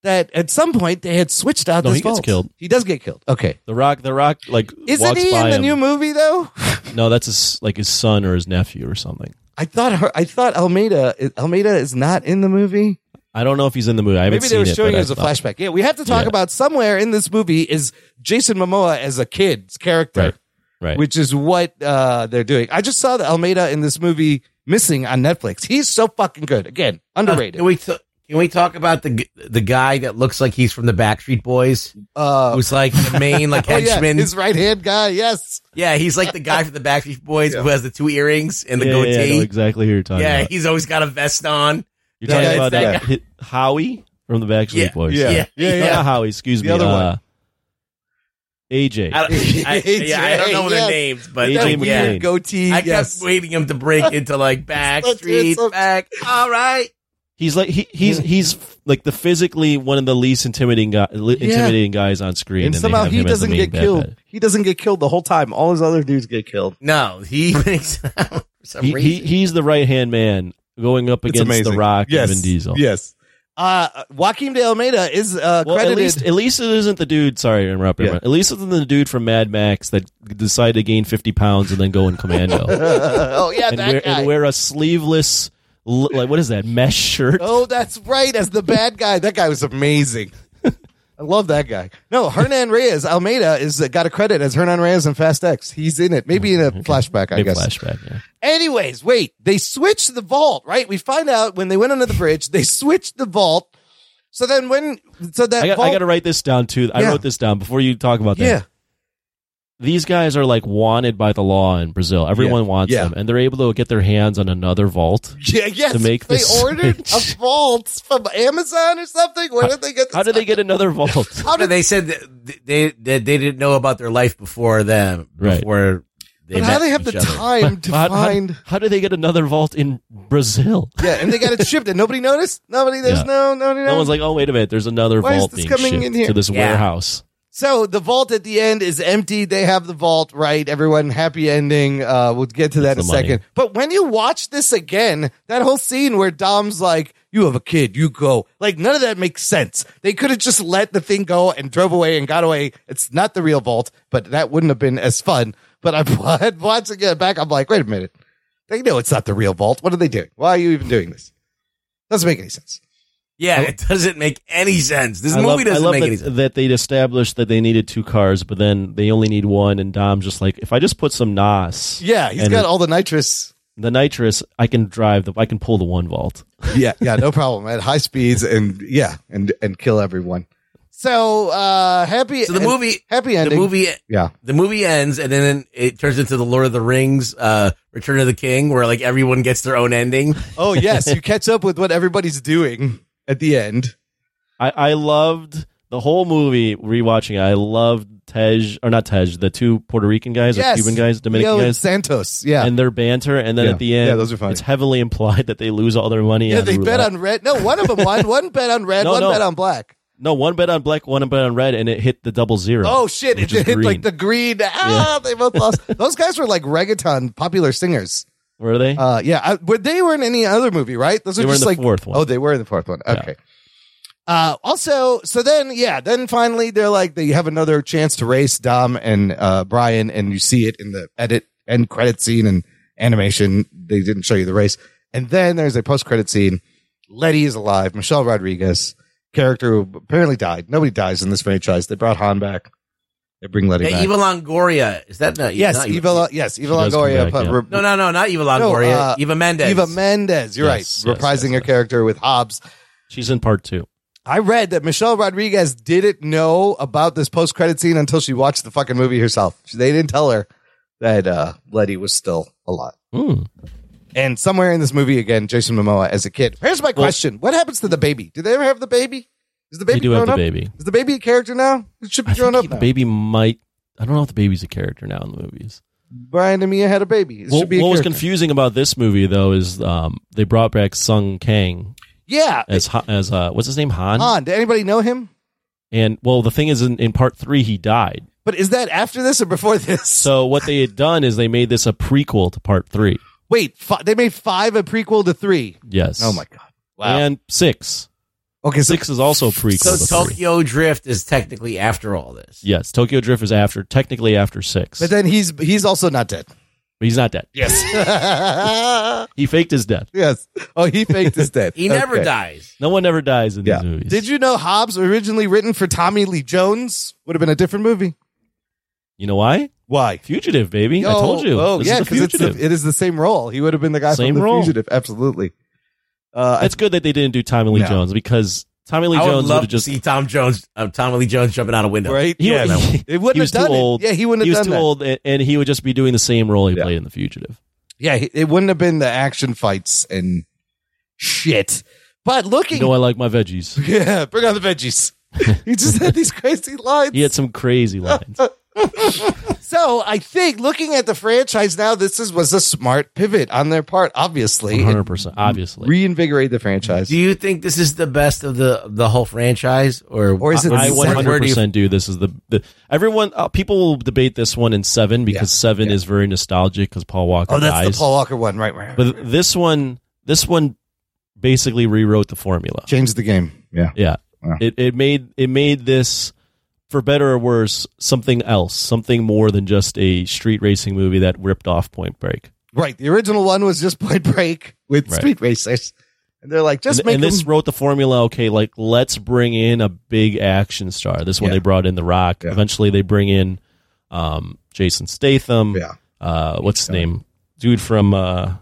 A: that at some point they had switched out.
E: No,
A: this
E: he gets
A: vault.
E: killed.
A: He does get killed. Okay.
E: The Rock. The Rock. Like
A: isn't he in the
E: him.
A: new movie though?
E: no, that's his like his son or his nephew or something.
A: I thought her, I thought Almeida Almeida is not in the movie.
E: I don't know if he's in the movie. I haven't
A: Maybe they were
E: seen
A: showing
E: it,
A: it as
E: I
A: a
E: thought-
A: flashback. Yeah, we have to talk
E: Yeah.
A: about somewhere in this movie is Jason Momoa as a kid's character,
E: Right, right.
A: which is what uh, they're doing. I just saw the Almeida in this movie missing on Netflix. He's so fucking good. Again, underrated.
F: Can we t- can we talk about the g- the guy that looks like he's from the Backstreet Boys?
A: Uh,
F: who's like the main like
A: Oh, yeah,
F: henchman?
A: his right hand guy. Yes,
F: yeah, he's like the guy from the Backstreet Boys
A: Yeah.
F: who has the two earrings and the
E: yeah,
F: goatee.
E: yeah, I know
F: Yeah,
E: exactly who you're talking about.
F: he's always got a vest on.
E: You're
A: Yeah,
E: talking
A: it's
E: about
A: that
E: that hit, Howie from the Backstreet
F: Yeah,
E: Boys.
A: yeah, yeah,
E: No,
A: yeah.
E: not Howie. Excuse
A: The
E: me.
A: other one.
E: uh, AJ.
F: I don't, I, yeah, I don't know their
A: Yes.
F: names, but
E: AJ
F: like, yeah,
E: McLean.
A: goatee.
F: I kept
A: yes.
F: waiting him to break into like Backstreet,
A: so-
F: back. All right,
E: He's like he, he's he's like the physically one of the least intimidating guy, li- intimidating guys on screen,
A: and
E: and,
A: somehow he doesn't get killed.
E: Bad
A: He doesn't get killed the whole time. All his other dudes get killed.
F: no, he makes for some
E: he, he
F: reason.
E: he's the right hand man going up
A: It's
E: against the
A: amazing.
E: Rock
A: yes.
E: and Vin Diesel.
A: Yes. Uh, Joaquin de Almeida is uh,
E: Well,
A: credited.
E: at least at least it isn't the dude. Sorry, to interrupt.
A: Yeah.
E: everyone. At least it isn't the dude from Mad Max that decided to gain fifty pounds and then go in commando
A: oh yeah,
E: and,
A: that
E: wear,
A: guy.
E: and wear a sleeveless l- like what is that mesh shirt?
A: Oh, that's right. As the bad guy, that guy was amazing. I love that guy. No, Hernan Reyes Almeida is uh, got a credit as Hernan Reyes in Fast X. He's in it, maybe in a flashback. I
E: Big
A: guess.
E: flashback. Yeah.
A: Anyways, wait. They switched the vault, right? We find out when they went under the bridge, they switched the vault. So then, when so that
E: I got,
A: vault,
E: I got to write this down too. I
A: Yeah.
E: wrote this down before you talk about that.
A: yeah,
E: These guys are like wanted by the law in Brazil. Everyone wants
A: Yeah.
E: them, and they're able to get their hands on another vault.
A: yeah, yes.
E: To make
A: they
E: this
A: ordered
E: switch.
A: a vault from Amazon or something. Where did they get? This
E: How did they get another vault?
A: How
F: But
A: did
F: they said that they that they didn't know about their life before them.
E: Right.
F: Before they
A: But
F: met
A: how do they have
F: each
A: the
F: other.
A: time to
E: How- how-
A: find?
E: how did they get another vault in Brazil?
A: Yeah, and they got it shipped, and nobody noticed. Nobody, there's
E: Yeah.
A: no, nobody.
E: No one's like, oh wait a minute, there's another
A: Why is
E: vault
A: this
E: being
A: coming in here?
E: shipped to this
F: Yeah.
E: warehouse.
A: so the vault at the end is empty. They have the vault, right? Everyone, happy ending. Uh, we'll get to that in a
E: That's the money.
A: second. But when you watch this again, that whole scene where Dom's like, "You have a kid, you go," like none of that makes sense. They could have just let the thing go and drove away and got away. It's not the real vault, but that wouldn't have been as fun. But I'm watching it back. I'm like, wait a minute. They know it's not the real vault. What are they doing? Why are you even doing this? Doesn't make any sense.
F: Yeah, it doesn't make any sense. This
E: I
F: movie
E: love, I
F: doesn't
E: love
F: make
E: that,
F: any sense.
E: that they established that they needed two cars, but then they only need one. And Dom's just like, if I just put some Nas,
A: Yeah, he's
E: and
A: got all the nitrous.
E: the nitrous, I can drive the, I can pull the one vault.
A: Yeah, yeah, no problem. At high speeds and yeah, and and kill everyone. So uh happy
F: So the
A: and-
F: movie-
A: happy
F: the
A: ending.
F: movie-
A: Yeah.
F: The movie ends, and then it turns into the Lord of the Rings, uh, Return of the King, where like everyone gets their own ending.
A: Oh yes, you catch up with what everybody's doing at the end.
E: I, I loved the whole movie rewatching. it, I loved Tej or not Tej, the two Puerto Rican guys
A: Yes.
E: or Cuban guys, Dominican
A: Leo and
E: guys,
A: Santos, yeah.
E: and their banter. And then
A: Yeah.
E: at the end,
A: Yeah, those are funny.
E: It's heavily implied that they lose all their money.
A: Yeah,
E: on
A: they bet
E: roulette.
A: on red. No, one of them won. One bet on red,
E: uh, No,
A: one
E: no.
A: bet on black.
E: no one bet on black, one bet on red, and it hit the double zero.
A: Oh shit! It
E: which is
A: hit like
E: green.
A: the green. Ah, they both lost. Those guys were like reggaeton popular singers.
E: Were they?
A: Uh, yeah, I, but they were in any other movie, right? Those
E: They
A: are
E: were in
A: just
E: the
A: like
E: fourth one.
A: Oh, they were in the fourth one. Okay. Uh, also, so then, yeah, then finally they're like they have another chance to race Dom and uh, Brian, and you see it in the edit end credit scene and animation. They didn't show you the race, and then there's a post credit scene. Letty is alive. Michelle Rodriguez, character who apparently died. Nobody dies in this franchise. They brought Han back. They bring Letty
F: Yeah,
A: back.
F: Eva Longoria is that not?
A: yes,
F: not
A: Eva. Lo- yes, Eva
E: She does come
A: Longoria.
E: back,
A: but
E: yeah.
A: re-
F: No, no, no, not Eva
A: no,
F: Longoria.
A: uh,
F: Eva Mendes.
A: Eva Mendes. You're
E: Yes,
A: right.
E: yes,
A: Reprising
E: yes,
A: her character with Hobbs.
E: She's in part two.
A: I read that Michelle Rodriguez didn't know about this post credit scene until she watched the fucking movie herself. She- They didn't tell her that uh, Letty was still alive.
E: Hmm.
A: And somewhere in this movie again, Jason Momoa as a kid. Here's my question: What happens to the baby? Do they ever have the baby? Is the baby
E: do
A: grown
E: have the
A: up?
E: baby.
A: Is the baby a character now? It should be
E: I
A: grown
E: think
A: up.
E: the
A: Now.
E: baby might. I don't know if the baby's a character now in the movies.
A: Brian and Mia had a baby. It
E: What,
A: should be. A
E: what was
A: character.
E: confusing about this movie though is um, they brought back Sung Kang
A: Yeah.
E: as Ha- as uh, what's his name Han?
A: Han. Did anybody know him?
E: And well, the thing is, in, in part three, he died.
A: But is that after this or before this?
E: So what they had done is they made this a prequel to part three.
A: Wait, fi- they made five a prequel to three.
E: Yes.
A: Oh my god.
E: And six.
A: Okay, so
E: Six is also a prequel.
F: so
E: to three.
F: Tokyo Drift is technically after all this.
E: Yes, Tokyo Drift is after technically after six,
A: But
E: but
A: then he's he's also not dead.
E: he's not dead.
A: Yes.
E: He faked his death.
A: yes. Oh, he faked his death.
F: He never
A: Okay.
F: dies.
E: No one ever dies in
A: Yeah.
E: these movies.
A: Did you know Hobbs originally written for Tommy Lee Jones would have been a different movie?
E: You know why?
A: Why?
E: Fugitive, baby. I
A: Oh,
E: told you.
A: Oh,
E: This is
A: yeah,
E: the
A: because it's the,
E: fugitive.
A: it is the same role. He would have been the guy
E: Same
A: from the
E: role.
A: fugitive. Absolutely. Uh, I-
E: That's good that they didn't do Tommy Lee
A: No.
E: Jones because Tommy Lee
F: I would
E: Jones would
F: love
E: have just
F: to see Tom Jones, uh, Tom Lee Jones jumping out a window.
A: right?
E: He,
A: yeah,
E: he-
A: it wouldn't
E: he was
A: have done
E: too old.
A: it. Yeah, he wouldn't
E: he
A: have
E: was
A: done
E: too
A: that.
E: old, and, and he would just be doing the same role he
A: Yeah.
E: played in The Fugitive.
A: Yeah, he- it wouldn't have been the action fights and shit. But looking,
E: You know, I like my veggies.
A: yeah, bring on the veggies. he just had these crazy lines.
E: He had some crazy lines.
A: So I think looking at the franchise now, this is was a smart pivot on their part. Obviously,
E: One hundred
A: It
E: percent, obviously.
A: reinvigorate the franchise.
F: Do you think this is the best of the the whole franchise, or
A: Or is it
E: I
A: Where-
E: one
A: where
E: hundred
F: do you-
E: percent do this is the, the everyone uh, people will debate this one in seven because seven is very nostalgic because Paul Walker
A: Oh, that's
E: dies.
A: the Paul Walker one, right? Right.
E: but this one, this one basically rewrote the formula.
A: Changed the game. Yeah.
E: Yeah,
A: Wow.
E: it it made it made this for better or worse something else, something more than just a street racing movie that ripped off Point Break.
A: Right. The original one was just Point Break with
E: Right.
A: street racers, and they're like, just
E: and,
A: make
E: and this
A: them-
E: wrote the formula okay like let's bring in a big action star this one
A: Yeah.
E: they brought in the rock
A: Yeah.
E: eventually they bring in um, jason statham
A: Yeah.
E: uh, what's his name dude from uh,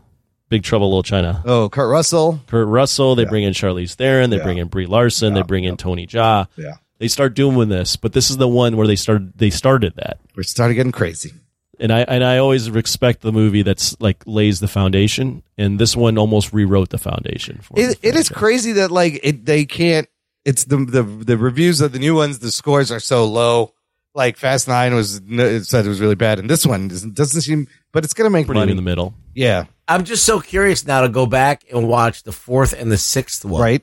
E: big trouble little china
A: Oh, Kurt Russell.
E: kurt russell they
A: Yeah.
E: bring in charlize theron they
A: Yeah.
E: bring in brie larson they bring in tony jaa
A: Yeah.
E: they start doing this but this is the one where they started they started that
A: We're starting getting crazy.
E: and I and I always respect the movie that's like lays the foundation, and this one almost rewrote the foundation for
A: It,
E: the
A: it is
E: franchise.
A: crazy that like it, they can't. It's the, the the reviews of the new ones. The scores are so low. Like Fast Nine was it said it was really bad, and this one doesn't, doesn't seem. But it's gonna make
E: pretty
A: money.
E: in the middle.
A: yeah,
F: I'm just so curious now to go back and watch the fourth and the sixth one,
A: right.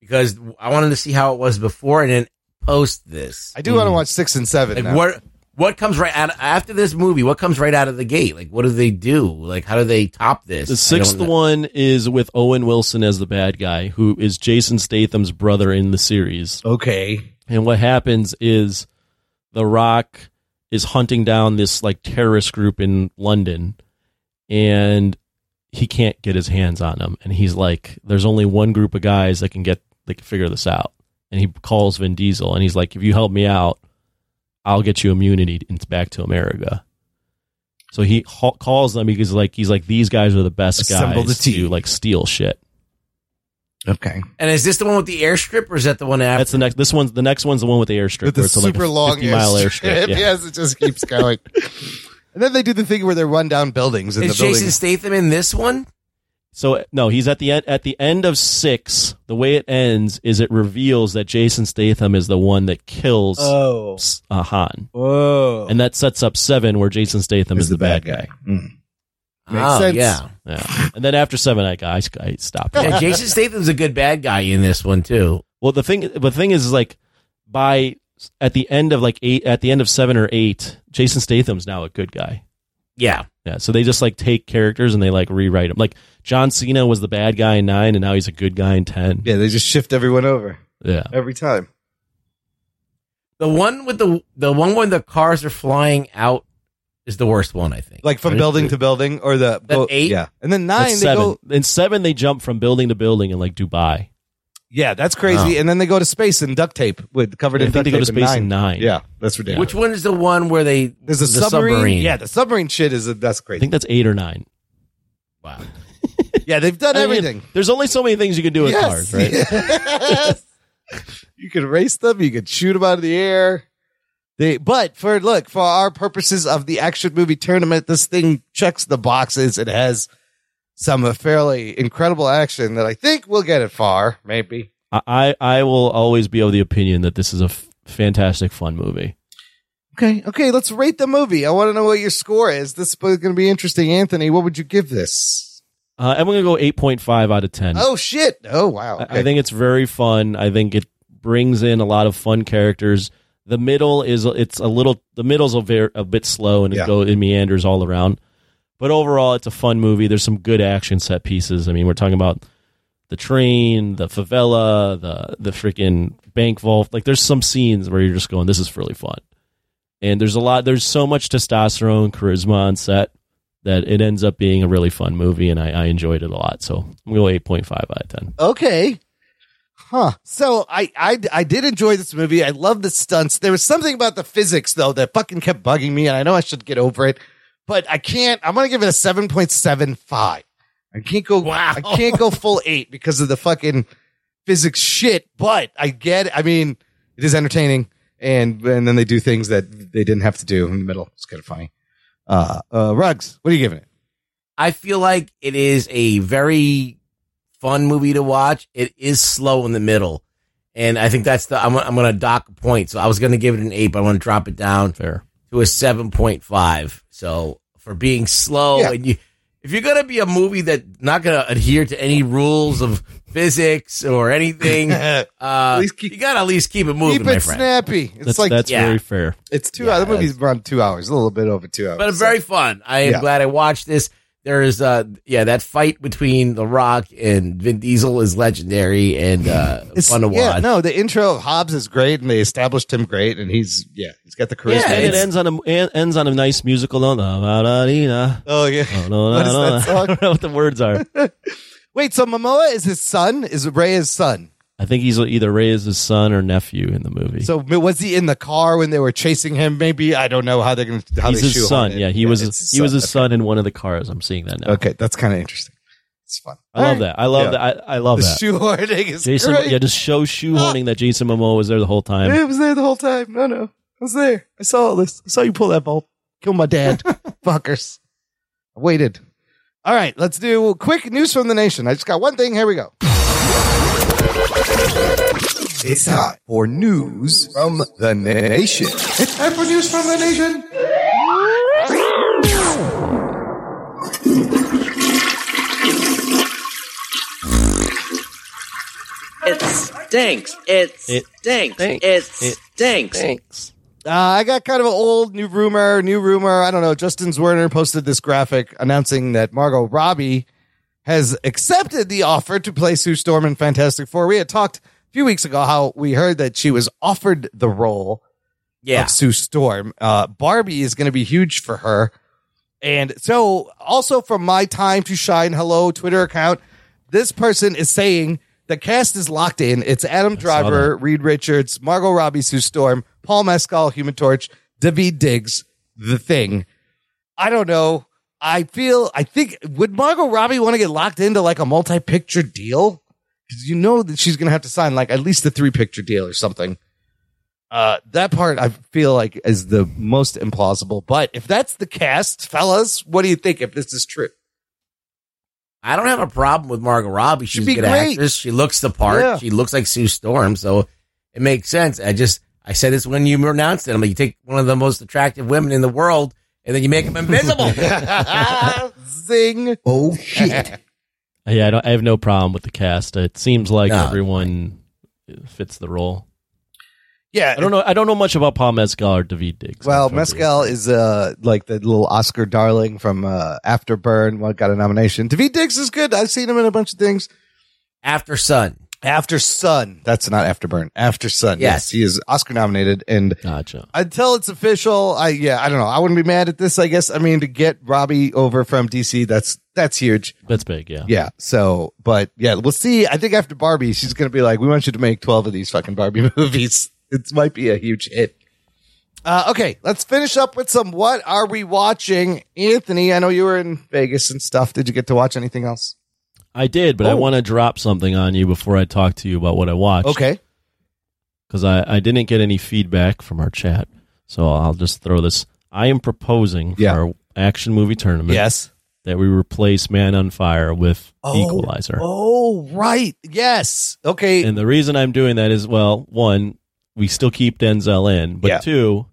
F: Because I wanted to see how it was before and then post this.
A: I do
E: mm.
A: want to watch six and seven.
F: Like
A: now.
F: what what comes right out after this movie? What comes right out of the gate? Like what do they do? Like how do they top this?
E: The
F: I don't
E: sixth
F: know.
E: one is with Owen Wilson as the bad guy, who is Jason Statham's brother in the series.
A: Okay.
E: And what happens is The Rock is hunting down this like terrorist group in London and he can't get his hands on them. And he's like, there's only one group of guys that can get they can figure this out. And he calls Vin Diesel and he's like, if you help me out, I'll get you immunity and back to America. So he ha- calls them because like he's like these guys are the best
A: Assemble the
E: guys
A: team.
E: to like steal shit.
A: Okay,
F: And is this the one with the airstrip, or is that the one after?
E: that's the next. This one's the next one's the one with the airstrip.
A: with
E: where
A: the
E: it's, like,
A: super
E: a
A: long
E: 50 mile
A: airstrip.
E: airstrip. Yeah.
A: yes, it just keeps going. and then they do the thing where they run down buildings and
F: Is
A: the
F: Jason
A: buildings.
F: Statham in this one?
E: So no, he's at the end. At the end of six, the way it ends is it reveals that Jason Statham is the one that kills
O: Oh.
E: uh, Han,
O: Whoa.
E: and that sets up seven, where Jason Statham is the, bad guy.
A: Mm. Makes
F: oh,
A: sense.
F: yeah.
E: Yeah. And then after seven, I I, I stopped.
F: yeah. Jason Statham's a good bad guy in this one too.
E: Well, the thing, the thing is, is like by at the end of like eight, at the end of seven or eight, Jason Statham's now a good guy.
F: Yeah.
E: Yeah, so they just like take characters and they like rewrite them. Like John Cena was the bad guy in nine, and now he's a good guy in ten.
A: Yeah, they just shift everyone over
E: Yeah,
A: every time.
F: The one with the the one when the cars are flying out is the worst one, I think.
A: Like from
E: Right.
A: building to building, or the
F: That eight?
A: yeah, and then
E: That's
A: nine they
E: seven.
A: go.
E: In seven, they jump from building to building in like Dubai.
A: Yeah, that's crazy.
E: Wow.
A: And then they go to space in duct tape with covered
E: Yeah,
A: in
E: Oh. I
A: duct
E: think they go
A: tape
E: to space
A: in
E: in nine.
A: Yeah, that's ridiculous.
F: Which one is the one where they
A: There's a
F: the
A: submarine. Yeah, the submarine shit is a, that's
E: I
A: crazy.
E: think that's eight or nine.
F: Wow.
A: Yeah, they've done
E: I mean,
A: everything.
E: there's only so many things you can do with
A: Yes.
E: cars, right?
A: Yes. you could race them. You could shoot them out of the air. They, but for look for our purposes of the action movie tournament, this thing checks the boxes. It has some fairly incredible action that I think will get it far. Maybe
E: I I I will always be of the opinion that this is a f- fantastic fun movie.
A: okay, okay. Let's rate the movie. I want to know what your score is. This is going to be interesting, Anthony. What would you give this?
E: Uh, I'm gonna go eight point five out of ten.
A: Oh shit! Oh wow!
E: I- I think it's very fun. I think it brings in a lot of fun characters. The middle is it's a little the middle's a ver- a bit slow and
A: Yeah.
E: it go it meanders all around. But overall, it's a fun movie. There's some good action set pieces. I mean, we're talking about the train, the favela, the the freaking bank vault. Like, there's some scenes where you're just going, "This is really fun." And there's a lot. There's so much testosterone, charisma on set that it ends up being a really fun movie, and I, I enjoyed it a lot. So I'm gonna go eight point five out of ten.
A: okay huh so I, I i did enjoy this movie i love the stunts there was something about the physics though that fucking kept bugging me and i know i should get over it but i can't i'm gonna give it a 7.75 i can't go wow. i can't go full eight because of the fucking physics shit but i get it. i mean it is entertaining and and then they do things that they didn't have to do in the middle it's kind of funny uh uh rugs what are you giving it
F: I feel like it is a very fun movie to watch. It is slow in the middle. And I think that's the, I'm, I'm going to dock a point. So I was going to give it an eight, but I want to drop it down
E: Fair.
F: to a 7.5. So for being slow
A: Yeah.
F: and you, if you're going to be a movie that's not going to adhere to any rules of physics or anything, uh,
A: least keep-
F: you got to at least keep it moving,
A: keep
F: my
A: it
F: friend.
A: snappy it's
E: That's
A: like
E: that's
F: yeah.
E: very fair.
A: It's two hours. The movie's around two hours, a little bit over two hours.
F: but very fun. I am
A: Yeah.
F: glad I watched this. There is, uh, yeah, that fight between The Rock and Vin Diesel is legendary and uh,
A: It's-
F: fun to watch.
A: Yeah, no, the intro of Hobbs is great, and they established him great, and he's yeah, he's got the charisma.
F: Yeah,
E: and it
F: it's-
E: ends on a en- ends on a nice musical note. Na, na, na, ni, na.
A: oh yeah.
E: Oh, no, no,
A: What is
E: no,
A: that
E: no. I
A: song?
E: don't know what the words are.
A: Wait, so Momoa is his son? Is Ray his son?
E: I think he's either Ray's his son or nephew in the movie.
A: So was he in the car when they were chasing him? Maybe I don't know how they're going to how
E: he's
A: they
E: his
A: shoehorn
E: son.
A: it.
E: Yeah, he was
A: it's
E: he was his
A: Okay.
E: son in one of the cars. I'm seeing that now.
A: Okay, that's kind of interesting. It's fun.
E: I love
A: All right.
E: that. I love
A: Yeah.
E: that. I, I love
A: The
E: that.
A: shoehorning is
E: Jason,
A: great.
E: yeah, just show shoehorning that Jason Momoa was there the whole time.
A: I was there the whole time. No, no. I was there. I saw all this. I saw you pull that ball. Kill my dad. Fuckers. I waited. All right, let's do quick news from the nation. I just got one thing. Here we go.
G: It's time for news from the nation.
A: It's time for news from the nation.
C: It stinks. It
E: It
C: stinks.
E: stinks.
C: It
E: It
C: stinks.
E: Thanks.
A: Uh, I got kind of an old new rumor, new rumor. I don't know. Justin Zwerner posted this graphic announcing that Margot Robbie has accepted the offer to play Sue Storm in Fantastic Four. We had talked a few weeks ago how we heard that she was offered the role.
F: yeah.
A: of Sue Storm. Uh, Barbie is going to be huge for her. And so, also from my time to shine, hello Twitter account, this person is saying The cast is locked in. It's Adam Driver, Reed Richards, Margot Robbie, Sue Storm, Paul Mescal, Human Torch, David Diggs, The Thing. I don't know. I feel. I think would Margot Robbie want to get locked into like a multi-picture deal? Because you know that she's going to have to sign like at least a three-picture deal or something. Uh, that part I feel like is the most implausible. But if that's the cast, fellas, what do you think if this is true?
F: I don't have a problem with Margot Robbie. She's
A: She'd
F: a
A: be
F: good
A: great.
F: actress. She looks the part.
A: Yeah.
F: She looks like Sue Storm, so it makes sense. I just I said this when you announced it. I'm like, you take one of the most attractive women in the world, and then you make them invisible.
A: Zing.
G: Oh shit.
E: Yeah, I, don't, I have no problem with the cast. It seems like everyone fits the role.
A: Yeah,
E: I don't know. I don't know much about Paul Mescal or David Diggs.
A: Well, Mescal is uh like the little Oscar darling from uh, Afterburn. What got a nomination? David Diggs is good. I've seen him in a bunch of things.
F: After Sun.
A: After Sun. That's not Afterburn. After Sun. Yes,
F: Yes.
A: he is Oscar nominated, and
E: Gotcha.
A: until it's official, I yeah, I don't know. I wouldn't be mad at this. I guess. I mean, to get Robbie over from DC, that's that's huge.
E: That's big. Yeah.
A: Yeah. So, but yeah, we'll see. I think after Barbie, she's gonna be like, "We want you to make twelve of these fucking Barbie movies. It might be a huge hit." Uh, okay, let's finish up with some. What are we watching, Anthony? I know you were in Vegas and stuff. Did you get to watch anything else?
E: I did, but I
A: Oh.
E: want to drop something on you before I talk to you about what I watched.
A: Okay.
E: Because I, I didn't get any feedback from our chat, so I'll just throw this. I am proposing for
A: Yeah.
E: our action movie tournament.
A: Yes.
E: That we replace Man on Fire with Equalizer.
A: Oh, right. Yes. Okay.
E: And the reason I'm doing that is, well, one, we still keep Denzel in, but
A: Yeah.
E: two,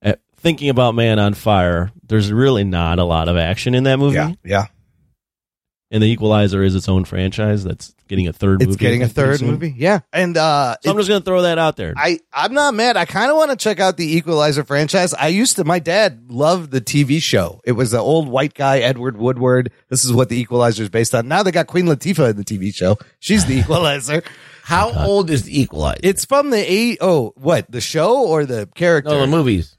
E: at, thinking about Man on Fire, there's really not a lot of action in that movie.
A: Yeah. Yeah.
E: And The Equalizer is its own franchise that's getting a third movie.
A: It's getting a
E: pretty
A: third
E: soon.
A: movie. Yeah. And uh
E: So I'm just going to throw that out there.
A: I I'm not mad. I kind of want to check out the Equalizer franchise. I used to. My dad loved the TV show. It was the old white guy Edward Woodward. This is what the Equalizer is based on. Now they got Queen Latifah in the TV show. She's the Equalizer.
F: How old is the Equalizer?
A: It's from the eight oh what the show or the character?
F: no, the movies.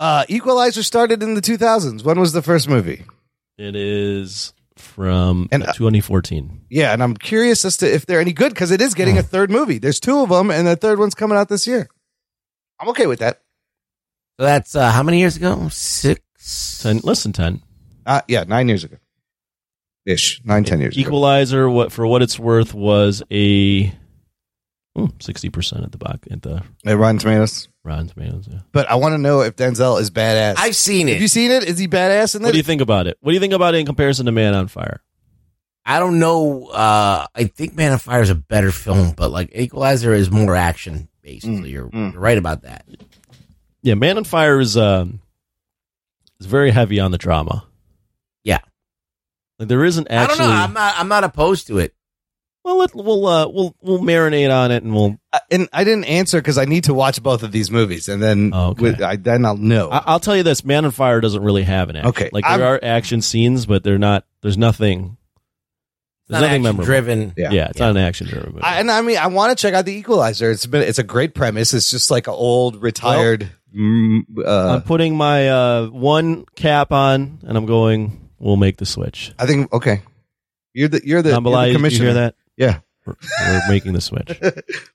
A: Uh, Equalizer started in the 2000s. When was the first movie?
E: It is from
A: uh,
E: 2014.
A: Yeah, and I'm curious as to if they're any good because it is getting a third movie. There's two of them, and the third one's coming out this year. I'm okay with that.
F: So that's uh, how many years ago? Six.
E: Ten, less than ten.
A: Uh, yeah, nine years ago, ish, nine ten years ago.
E: Equalizer, what for what it's worth, was a hmm, sixty percent at the box at the
A: At Rotten Tomatoes.
E: Rotten Tomatoes. Yeah.
A: But I want to know if Denzel is badass.
F: I've seen
A: Have you
F: it.
A: seen it? Is he badass in
E: What
A: this?
E: do you think about it? What do you think about it in comparison to Man on Fire?
F: I don't know. Uh, I think Man of Fire is a better film, but like Equalizer is more action based. so you're, you're right about that.
E: Yeah, Man on Fire is um is very heavy on the drama.
F: Yeah.
E: Like, there isn't actually.
F: I don't know. I'm not. I'm not opposed to it.
E: well, let, we'll uh, we'll we'll marinate on it, and we'll.
A: Uh, and I didn't answer because I need to watch both of these movies, and then
E: Oh, okay.
A: with, I, then I'll know.
E: I, I'll tell you this: Man on Fire doesn't really have an action.
A: Okay,
E: like there
A: I'm-
E: are action scenes, but they're not. There's nothing.
F: It's
E: There's
F: not
E: nothing
F: action
E: memorable.
F: driven.
A: Yeah.
E: Yeah, it's not an action driven movie.
A: I, and I mean, I want to check out the Equalizer. It's been it's a great premise. It's just like an old retired. mm, uh,
E: I'm putting my uh, one cap on, and I'm going. We'll make the switch.
A: I think okay. You're the you're the,
E: The,
A: you're the
E: you
A: commissioner.
E: hear that?
A: Yeah,
E: We're, we're making the switch.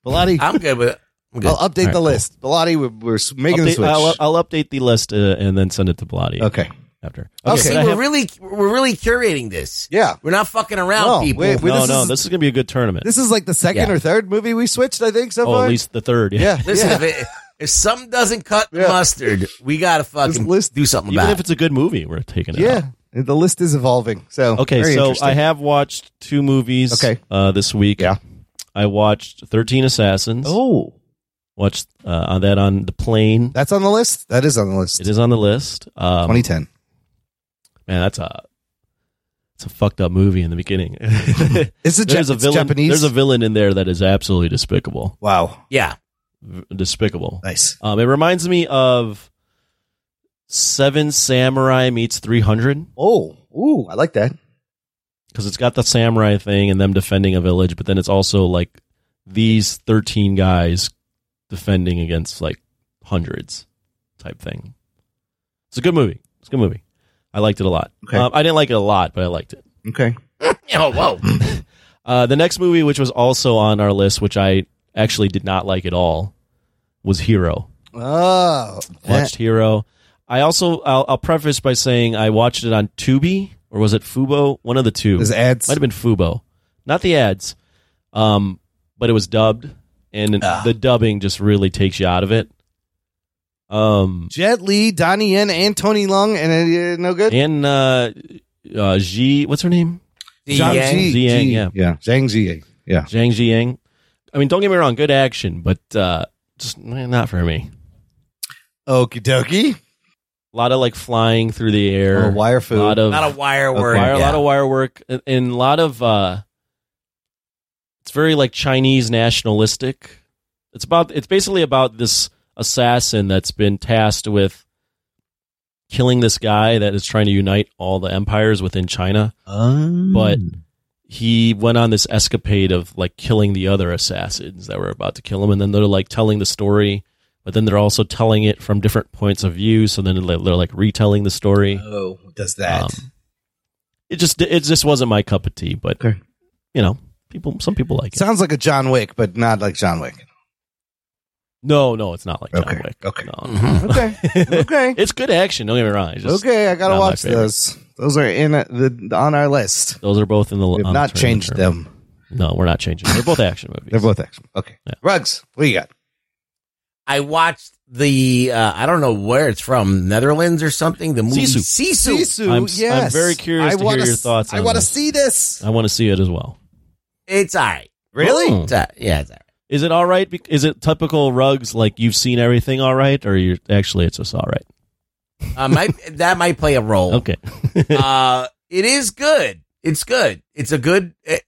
A: Bilotti.
F: I'm good with it. I'm good.
A: I'll update
E: right,
A: the
E: cool.
A: list. Bilotti, we're, we're s- making the
E: Update- uh,
A: switch.
E: I'll, I'll update the list uh, and then send it to Bloody.
A: okay.
E: After.
F: Oh,
A: Okay.
F: see,
E: But I
F: we're
E: have-
F: really we're really curating this.
A: Yeah.
F: We're not fucking around,
A: No,
F: people.
A: wait, wait,
E: no,
A: this
E: no,
A: is-
E: this is gonna be a good tournament.
A: This is like the second
F: Yeah.
A: or third movie we switched. I think so
E: oh,
A: far.
E: at least the third. Yeah.
A: yeah.
F: Listen,
A: yeah.
F: if, it, if something doesn't cut the
A: Yeah.
F: mustard, we gotta fucking
A: list-
F: do something
E: Even
F: about
E: if it's a good movie, we're taking it.
A: Yeah, the list is evolving. So
E: out. Okay,
A: very
E: so
A: interesting.
E: I have watched two movies.
A: Okay.
E: Uh, this week.
A: Yeah.
E: I watched Thirteen Assassins.
A: oh,
E: Watched uh, on that on the plane.
A: that's on the list. That is on the list.
E: It is on the list. Um,
A: 2010.
E: Man, that's a it's a fucked up movie in the beginning.
A: It's a,
E: there's
A: Ja-
E: a
A: it's
E: villain.
A: Japanese.
E: There's a villain in there that is absolutely despicable.
A: wow.
F: it. Yeah.
E: V- Despicable.
A: Nice.
E: Um, it reminds me of Seven Samurai meets 300
A: Oh, ooh, I like that.
E: because it's got the samurai thing and them defending a village, but then it's also like these 13 guys defending against like hundreds type thing. It's a good movie. It's a good movie. I liked it a lot.
A: Okay.
E: Um, I didn't like it a lot, but I liked it.
A: Okay.
F: Oh, whoa.
E: Uh, the next movie, which was also on our list, which I actually did not like at all, was Hero.
A: Oh,
E: Watched Hero. I also I'll, I'll preface by saying I watched it on Tubi or was it Fubo? One of the two.
A: There's ads.
E: Might have been Fubo, not the ads. Um, but it was dubbed, and
A: Ah.
E: the dubbing just really takes you out of it. Um,
A: Jet Li, Donnie Yen, and Tony Lung, and uh, no good.
E: and uh, uh, Ji, what's her name?
A: Zhang Yang. Ji.
E: Ziyang,
A: Ji.
E: yeah,
A: yeah, Zhang Ziyang, yeah,
E: Zhang Ziyang. I mean, don't get me wrong, good action, but uh, just eh, not for me.
A: Okie dokie.
E: A lot of like flying through the air,
A: Or wire Oh, food.
E: a lot of
F: Not a wire
E: a
F: word.
E: wire- a
F: yeah.
E: lot of wire work, and- and a lot of uh, it's very like Chinese nationalistic. It's about it's basically about this assassin that's been tasked with killing this guy that is trying to unite all the empires within China.
A: Oh.
E: But he went on this escapade of like killing the other assassins that were about to kill him, and then they're like telling the story, but then they're also telling it from different points of view. So then they're they're, like retelling the story.
A: Oh, does that?
E: Um, it just it just wasn't my cup of tea, but you know, people some people like it.
A: Sounds like a John Wick, but not like John Wick.
E: No, no, it's not like John Wick.
A: Okay,
E: no.
F: Mm-hmm.
A: okay, okay.
E: it's good action. Don't get me wrong. It's just
A: okay, I gotta
E: not my
A: watch
E: favorite.
A: those. Those are in uh, the on our list.
E: Those are both in the.
A: We've
E: on
A: not
E: the
A: changed
E: tournament. No, we're not changing. They're both action movies.
A: They're both action. Okay, Rugs, what you got?
F: I watched the uh, I don't know where it's from, Netherlands or something. The movie
E: Sisu.
F: Sisu.
A: Sisu,
E: I'm s-
A: yes.
E: I'm very curious
A: I
E: to
A: wanna
E: hear your
A: s-
E: thoughts
A: I
E: on
A: want to
E: this.
A: see this.
E: I want to see it as well.
F: It's all right.
A: Really?
E: Oh.
F: It's all right. Yeah, it's all right.
E: Is it all right? Bec- Is it typical rugs like you've seen everything all right, or you're actually it's just all right?
F: Uh, might, that might play a role.
E: Okay,
F: uh, it is good. It's good. It's a good. It,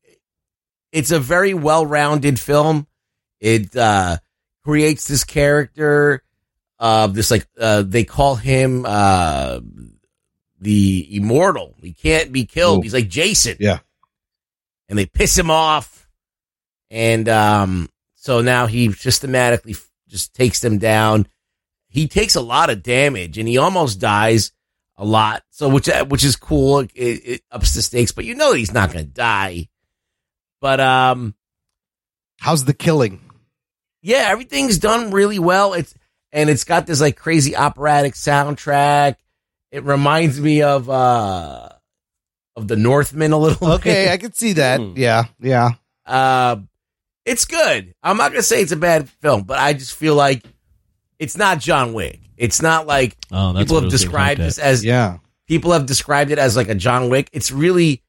F: it's a very well-rounded film. It uh, creates this character of this like uh, they call him uh, the immortal. He can't be killed.
A: Ooh.
F: He's like Jason.
A: Yeah.
F: and they piss him off, and um, so now he systematically f- just takes them down. He takes a lot of damage, and he almost dies a lot. So which uh, which is cool. It, it ups the stakes, but you know that he's not going to die. But um,
A: How's the killing?
F: yeah, everything's done really well. It's and it's got this like crazy operatic soundtrack. It reminds me of uh of the Northmen a little.
A: Okay, I can see that.
E: Hmm.
A: Yeah, yeah.
F: bit. Uh, it's good. I'm not gonna say it's a bad film, but I just feel like it's not John Wick. It's not like
E: Oh, that's
F: people
E: what it was
F: have
E: getting
F: described
E: hyped
F: this
E: at.
F: as
A: Yeah.
F: people have described it as like a John Wick. It's really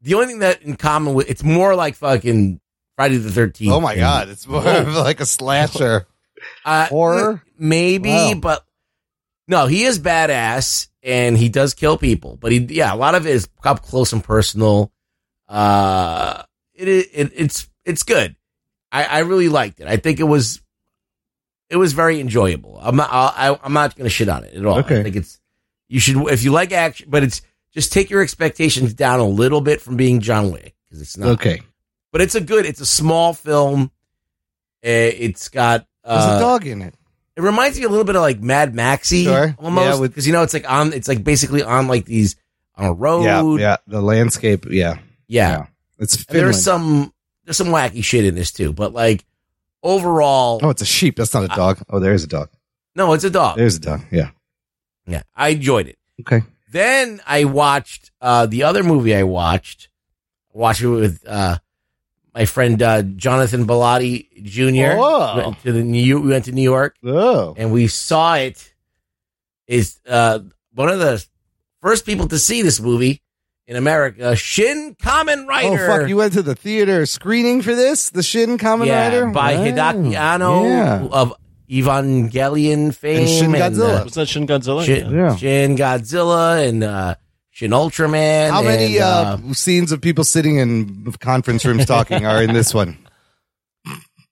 F: the only thing that in common with it's more like fucking Friday the Thirteenth.
A: Oh my god, it's more of like a slasher.
F: uh,
A: horror?
F: maybe,
A: Wow.
F: but no, he is badass and he does kill people. But he, yeah, a lot of it is up close and personal. Uh, it, it it's it's good. I I really liked it. I think it was it was very enjoyable. I'm not I, I- I'm not gonna shit on it at all.
A: Okay.
F: I think it's you should if you like action, but it's just take your expectations down a little bit from being John Wick because it's not
A: Okay.
F: But it's a good. It's a small film. Eh, It's got.
A: There's
F: Uh,
A: a dog in it.
F: it reminds me a little bit of like Mad Maxi
A: Sure. Yeah,
F: almost
A: with-
F: because you know it's like on it's like basically on like these on a road.
A: Yeah, yeah. The landscape, yeah.
F: Yeah.
A: yeah. It's
F: And
A: Finland.
F: there's some there's some wacky shit in this too, but like overall,
A: Oh, it's a sheep. That's not a dog. Oh, there's a dog.
F: no, it's a dog.
A: There's a dog. Yeah.
F: Yeah, I enjoyed it.
A: Okay.
F: Then I watched uh the other movie I watched. I watched it with uh my friend uh Jonathan Bellotti Jr.
A: Whoa.
F: Went to the New we went to New York.
A: Oh.
F: and we saw it is uh, one of the first people to see this movie in America. Shin Kamen
A: Oh
F: Rider.
A: fuck! You went to the theater screening for this, the Shin Kamen
F: yeah,
A: Rider
F: by
A: Wow.
F: Hidaki Anno
A: Yeah.
F: of Evangelion fame
A: And Shin
F: uh,
A: Godzilla.
E: Was that Shin Godzilla?
F: Shin,
E: Yeah.
A: Yeah.
F: Shin Godzilla and uh, Shin Ultraman.
A: How many
F: and,
A: uh, scenes of people sitting in conference rooms talking are in this one?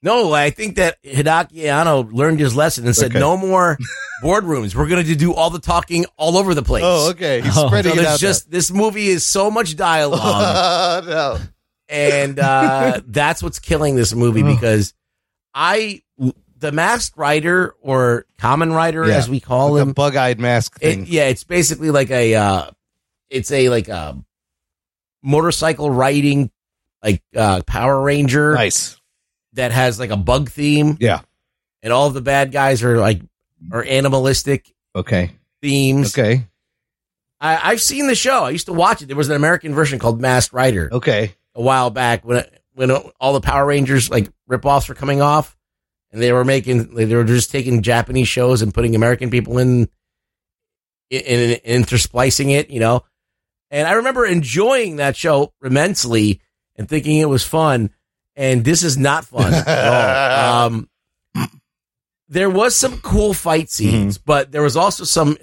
F: No, I think that Hidaki Anno learned his lesson and said
A: Okay.
F: no more boardrooms. We're going to do all the talking all over the place.
A: Oh, okay. He's
E: Oh.
F: So
A: spreading it
F: there's
A: out.
F: just this movie is so much dialogue.
A: Oh, no.
F: and uh, that's what's killing this movie because I, the Masked Rider or Common Rider,
A: Yeah.
F: as we call
A: Like a
F: him,
A: bug-eyed mask
F: it-
A: thing.
F: yeah, it's basically like a, uh, it's a like a motorcycle riding like uh, Power Ranger.
A: Nice.
F: That has like a bug theme.
A: Yeah.
F: And all the bad guys are like are animalistic.
A: Okay.
F: Themes.
A: Okay.
F: I, I've seen the show. I used to watch it. There was an American version called Masked Rider.
A: Okay.
F: A while back when it, when all the Power Rangers like ripoffs were coming off, and they were making they were just taking Japanese shows and putting American people in, in, in intersplicing it, you know. And I remember enjoying that show immensely and thinking it was fun. And this is not fun at all. Um, there was some cool fight scenes, mm-hmm. but there was also some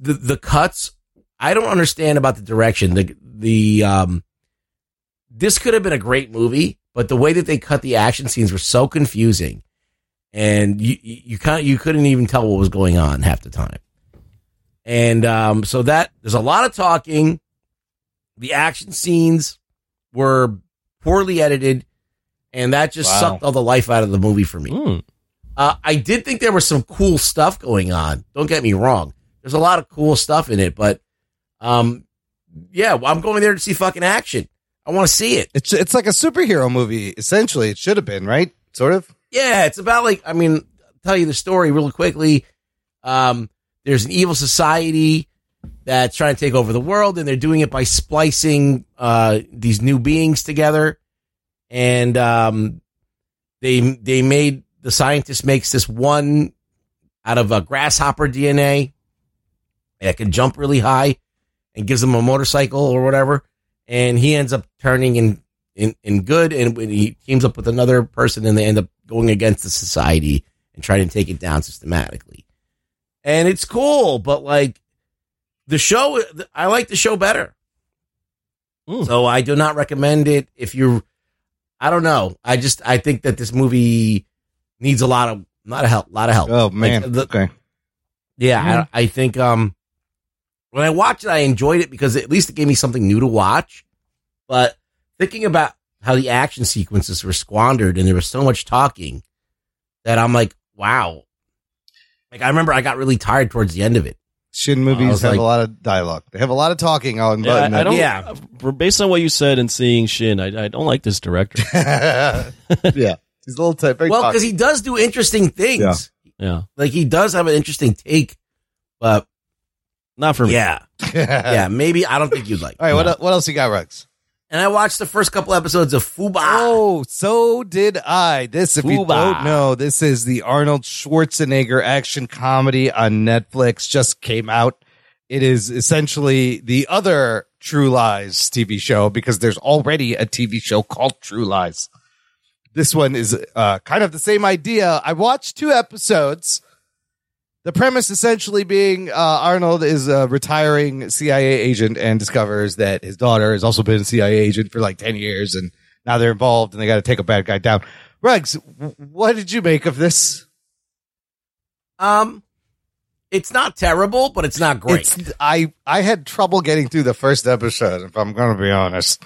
F: the the cuts. I don't understand about the direction. The the um, this could have been a great movie, but the way that they cut the action scenes were so confusing, and you you kind of you couldn't even tell what was going on half the time. And um, so that there's a lot of talking. The action scenes were poorly edited, and that just wow. sucked all the life out of the movie for me.
A: Mm.
F: Uh, I did think there was some cool stuff going on. Don't get me wrong. There's a lot of cool stuff in it, but um, yeah, well, I'm going there to see fucking action. I want to see it.
A: It's it's like a superhero movie essentially. It should have been right, sort of.
F: Yeah, it's about like I mean, I'll tell you the story real quickly. Um, there's an evil society that's trying to take over the world, and they're doing it by splicing uh, these new beings together. And um, they they made the scientist makes this one out of a grasshopper DNA that can jump really high, and gives him a motorcycle or whatever and he ends up turning in in, in good and when he teams up with another person and they end up going against the society and trying to take it down systematically and it's cool but like the show i like the show better
A: Hmm.
F: Ooh. so i do not recommend it if you're i don't know i just i think that this movie needs a lot of not a help lot of help
A: oh man like, the, okay
F: yeah mm. I, I think um when I watched it, I enjoyed it because at least it gave me something new to watch. But thinking about how the action sequences were squandered and there was so much talking that I'm like, wow. Like I remember I got really tired towards the end of it.
A: Shin movies have like, a lot of dialogue. They have a lot of talking on.
E: Yeah, I, I don't,
F: yeah.
E: Based on what you said and seeing Shin, I, I don't like this director.
A: yeah, he's a little type.
F: Well, because he does do interesting things.
E: Yeah. yeah,
F: like he does have an interesting take, but
E: not for me.
F: Yeah. yeah, maybe I don't think you'd like.
A: All right, no. what what else you got, Rex?
F: And I watched the first couple episodes of Fuba.
A: Oh, so did I. This, if Fuba. you don't know, this is the Arnold Schwarzenegger action comedy on Netflix. Just came out. It is essentially the other True Lies TV show because there's already a TV show called True Lies. This one is uh, kind of the same idea. I watched two episodes the premise essentially being uh, Arnold is a retiring CIA agent and discovers that his daughter has also been a CIA agent for like 10 years and now they're involved and they got to take a bad guy down. Rugs, what did you make of this?
F: Um, it's not terrible, but it's not great. It's,
A: I I had trouble getting through the first episode. If I'm going to be honest,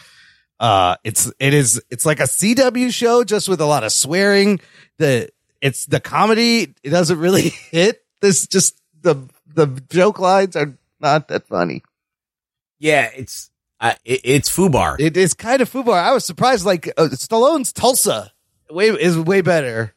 A: uh, it's it is it's like a CW show just with a lot of swearing. The it's the comedy it doesn't really hit this just the the joke lines are not that funny.
F: Yeah, it's uh, it, it's fubar.
A: It is kind of fubar. I was surprised. Like uh, Stallone's Tulsa way is way better.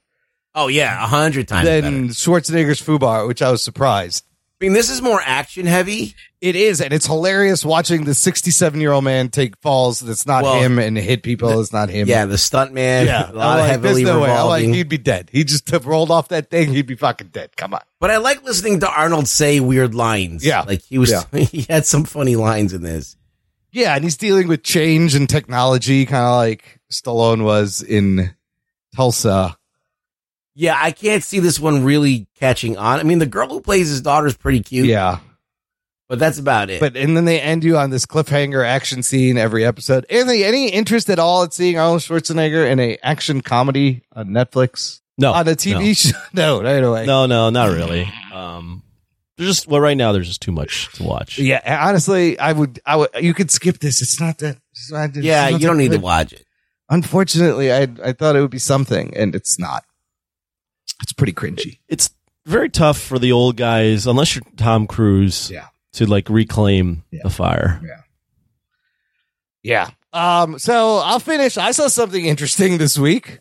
F: Oh yeah, a hundred times
A: than
F: better.
A: Schwarzenegger's fubar, which I was surprised.
F: I mean, this is more action heavy.
A: It is, and it's hilarious watching the 67 year old man take falls. That's not well, him, and hit people. The, it's not him.
F: Yeah, the stunt man. Yeah, a lot
A: like,
F: of heavily
A: no
F: revolving.
A: Like, he'd be dead. He just rolled off that thing. He'd be fucking dead. Come on.
F: But I like listening to Arnold say weird lines.
A: Yeah,
F: like he was. Yeah. He had some funny lines in this.
A: Yeah, and he's dealing with change and technology, kind of like Stallone was in Tulsa.
F: Yeah, I can't see this one really catching on. I mean, the girl who plays his daughter is pretty cute.
A: Yeah.
F: But that's about it.
A: But and then they end you on this cliffhanger action scene every episode. Anthony, any interest at all at seeing Arnold Schwarzenegger in a action comedy on Netflix?
E: No.
A: On a TV
E: no.
A: show? No, right away.
E: No, no, not really. Um there's just well right now there's just too much to watch.
A: Yeah, honestly, I would I would you could skip this. It's not that it's not, it's
F: Yeah,
A: not
F: you don't need good. to watch it.
A: Unfortunately, I I thought it would be something and it's not it's pretty cringy.
E: It's very tough for the old guys, unless you're Tom Cruise,
A: yeah.
E: to like reclaim yeah. the fire.
A: Yeah. Yeah. Um, so I'll finish. I saw something interesting this week.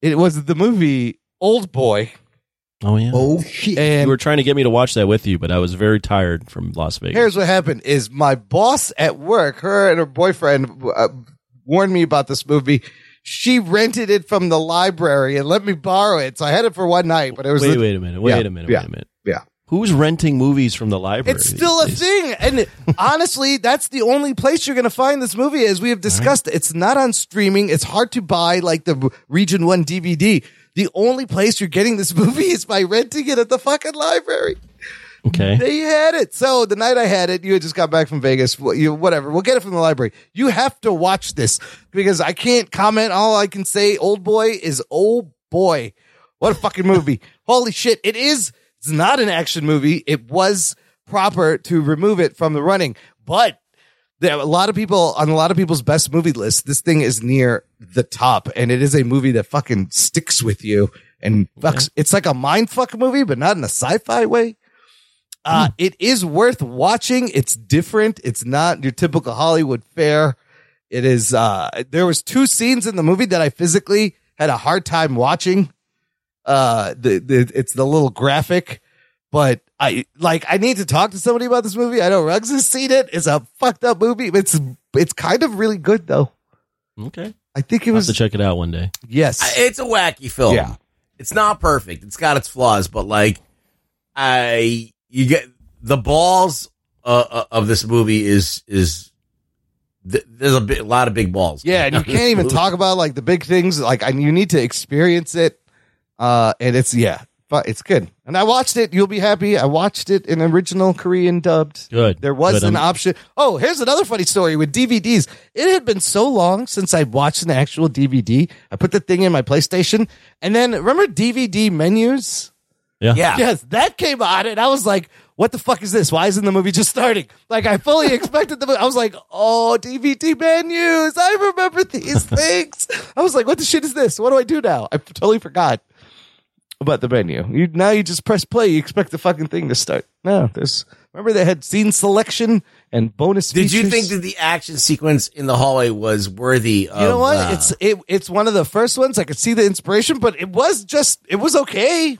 A: It was the movie Old Boy.
E: Oh yeah.
A: Oh shit.
E: you were trying to get me to watch that with you, but I was very tired from Las Vegas.
A: Here's what happened: is my boss at work, her and her boyfriend, uh, warned me about this movie. She rented it from the library and let me borrow it, so I had it for one night. But it was
E: wait,
A: the-
E: wait a minute, wait
A: Yeah,
E: a minute,
A: yeah,
E: wait a minute.
A: Yeah.
E: Who's renting movies from the library?
A: It's still a thing. And honestly, that's the only place you're going to find this movie. As we have discussed, it's not on streaming. It's hard to buy like the Region 1 DVD. The only place you're getting this movie is by renting it at the fucking library.
E: Okay.
A: They had it. So the night I had it, you had just got back from Vegas. Wh- You, whatever. We'll get it from the library. You have to watch this because I can't comment. All I can say, old boy, is old boy. What a fucking movie. Holy shit. It is. It's not an action movie. It was proper to remove it from the running, but there are a lot of people on a lot of people's best movie list. This thing is near the top, and it is a movie that fucking sticks with you and fucks. It's like a mind fuck movie, but not in a sci-fi way. Uh, It is worth watching. It's different. It's not your typical Hollywood fare. It is. Uh, there was two scenes in the movie that I physically had a hard time watching. Uh, the, the it's the little graphic, but I like I need to talk to somebody about this movie. I know Ruggs has seen it. It's a fucked up movie. It's it's kind of really good though.
E: Okay.
A: I think it
E: I'll have
A: was
E: to check it out one day.
A: yes.
F: It's a wacky film.
A: Yeah.
F: It's not perfect. It's got its flaws, but like, I you get the balls uh, uh, of this movie is is th- there's a, bit, a lot of big balls.
A: Yeah, and you can't even talk about like the big things. Like, and you need to experience it. Uh, and it's yeah, but it's good. And I watched it. You'll be happy. I watched it in original Korean dubbed.
E: Good.
A: There was
E: Good,
A: an
E: I'm-
A: option. Oh, here's another funny story with DVDs. It had been so long since I watched an actual DVD. I put the thing in my PlayStation, and then remember DVD menus.
E: Yeah.
A: Yes, that came on, and I was like, "What the fuck is this? Why isn't the movie just starting?" Like, I fully expected the. mo- I was like, "Oh, DVD menus! I remember these things." I was like, "What the shit is this? What do I do now?" I totally forgot about the menu. You now you just press play. You expect the fucking thing to start. No, there's. Remember they had scene selection and bonus.
F: Did you
A: features?
F: think that the action sequence in the hallway was worthy? Of,
A: You know what?
F: uh,
A: it's it, it's one of the first ones I could see the inspiration, but it was just it was okay.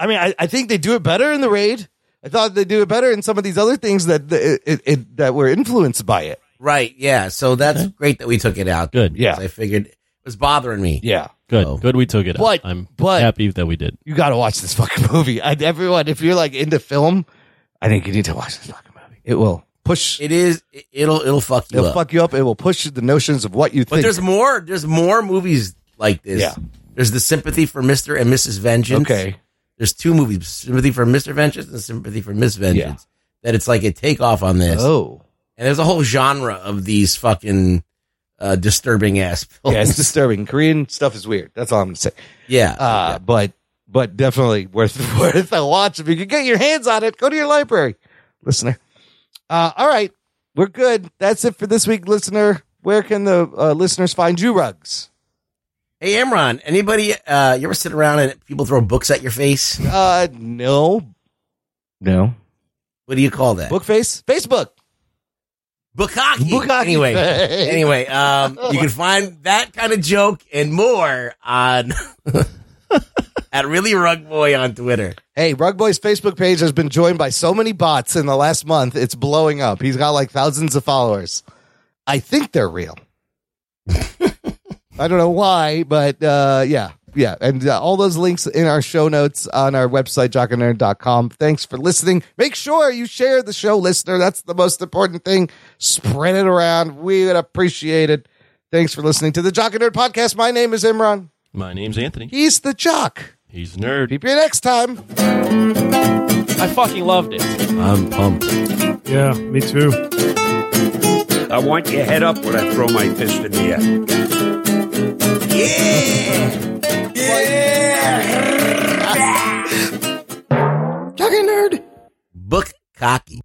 A: I mean, I, I think they do it better in the raid. I thought they do it better in some of these other things that the, it, it, that were influenced by it.
F: right. Yeah. So that's great that we took it out.
E: Good.
A: Yeah.
F: I figured it was bothering me.
A: Yeah.
E: Good. Good. We took it. out.
A: Oh. But-
E: I'm
A: but-
E: happy that we did.
A: You got to watch this fucking movie. I, everyone, if you're like into film, I think you need to watch this fucking movie. It will push.
F: It is. it- It'll it'll fuck you
A: It'll
F: up.
A: fuck you up. It will push the notions of what you
F: But
A: think.
F: there's more. There's more movies like this.
A: Yeah.
F: There's the sympathy for Mister and Mrs. Vengeance.
A: Okay.
F: There's two movies: sympathy for Mister Vengeance and sympathy for Miss Vengeance. That it's like a takeoff on this.
A: oh,
F: And there's a whole genre of these fucking uh, disturbing ass films.
A: yeah, it's disturbing. Korean stuff is weird. That's all I'm gonna say.
F: Yeah.
A: Uh, but but definitely worth worth a watch if you can get your hands on it. Go to your library, listener. Uh, all right, we're good. That's it for this week, listener. Where can the uh, listeners find you, Rugs?
F: Hey, Amron, anybody, uh, you ever sit around and people throw books at your face?
A: Uh, no, no.
F: What do you call that?
A: Bookface, Facebook.
F: Book hockey.
A: Bukkake.
F: Anyway, anyway, um, you can find that kind of joke and more on at Really Rug Boy on Twitter.
A: Hey, Rug Boy's Facebook page has been joined by so many bots in the last month; it's blowing up. He's got like thousands of followers. I think they're real. I don't know why, but uh, yeah, yeah. And uh, all those links in our show notes on our website, jockandnerd.com. Thanks for listening. Make sure you share the show, listener. That's the most important thing. Spread it around. We would appreciate it. Thanks for listening to the Jock and Nerd podcast. My name is Imran.
E: My name's Anthony.
A: He's the Jock.
E: He's a nerd.
A: Keep you next time.
E: I fucking loved it. I'm pumped.
O: Yeah, me too.
I: I want your head up when I throw my fist in the air.
A: Jock and Nerd.
F: Book cocky.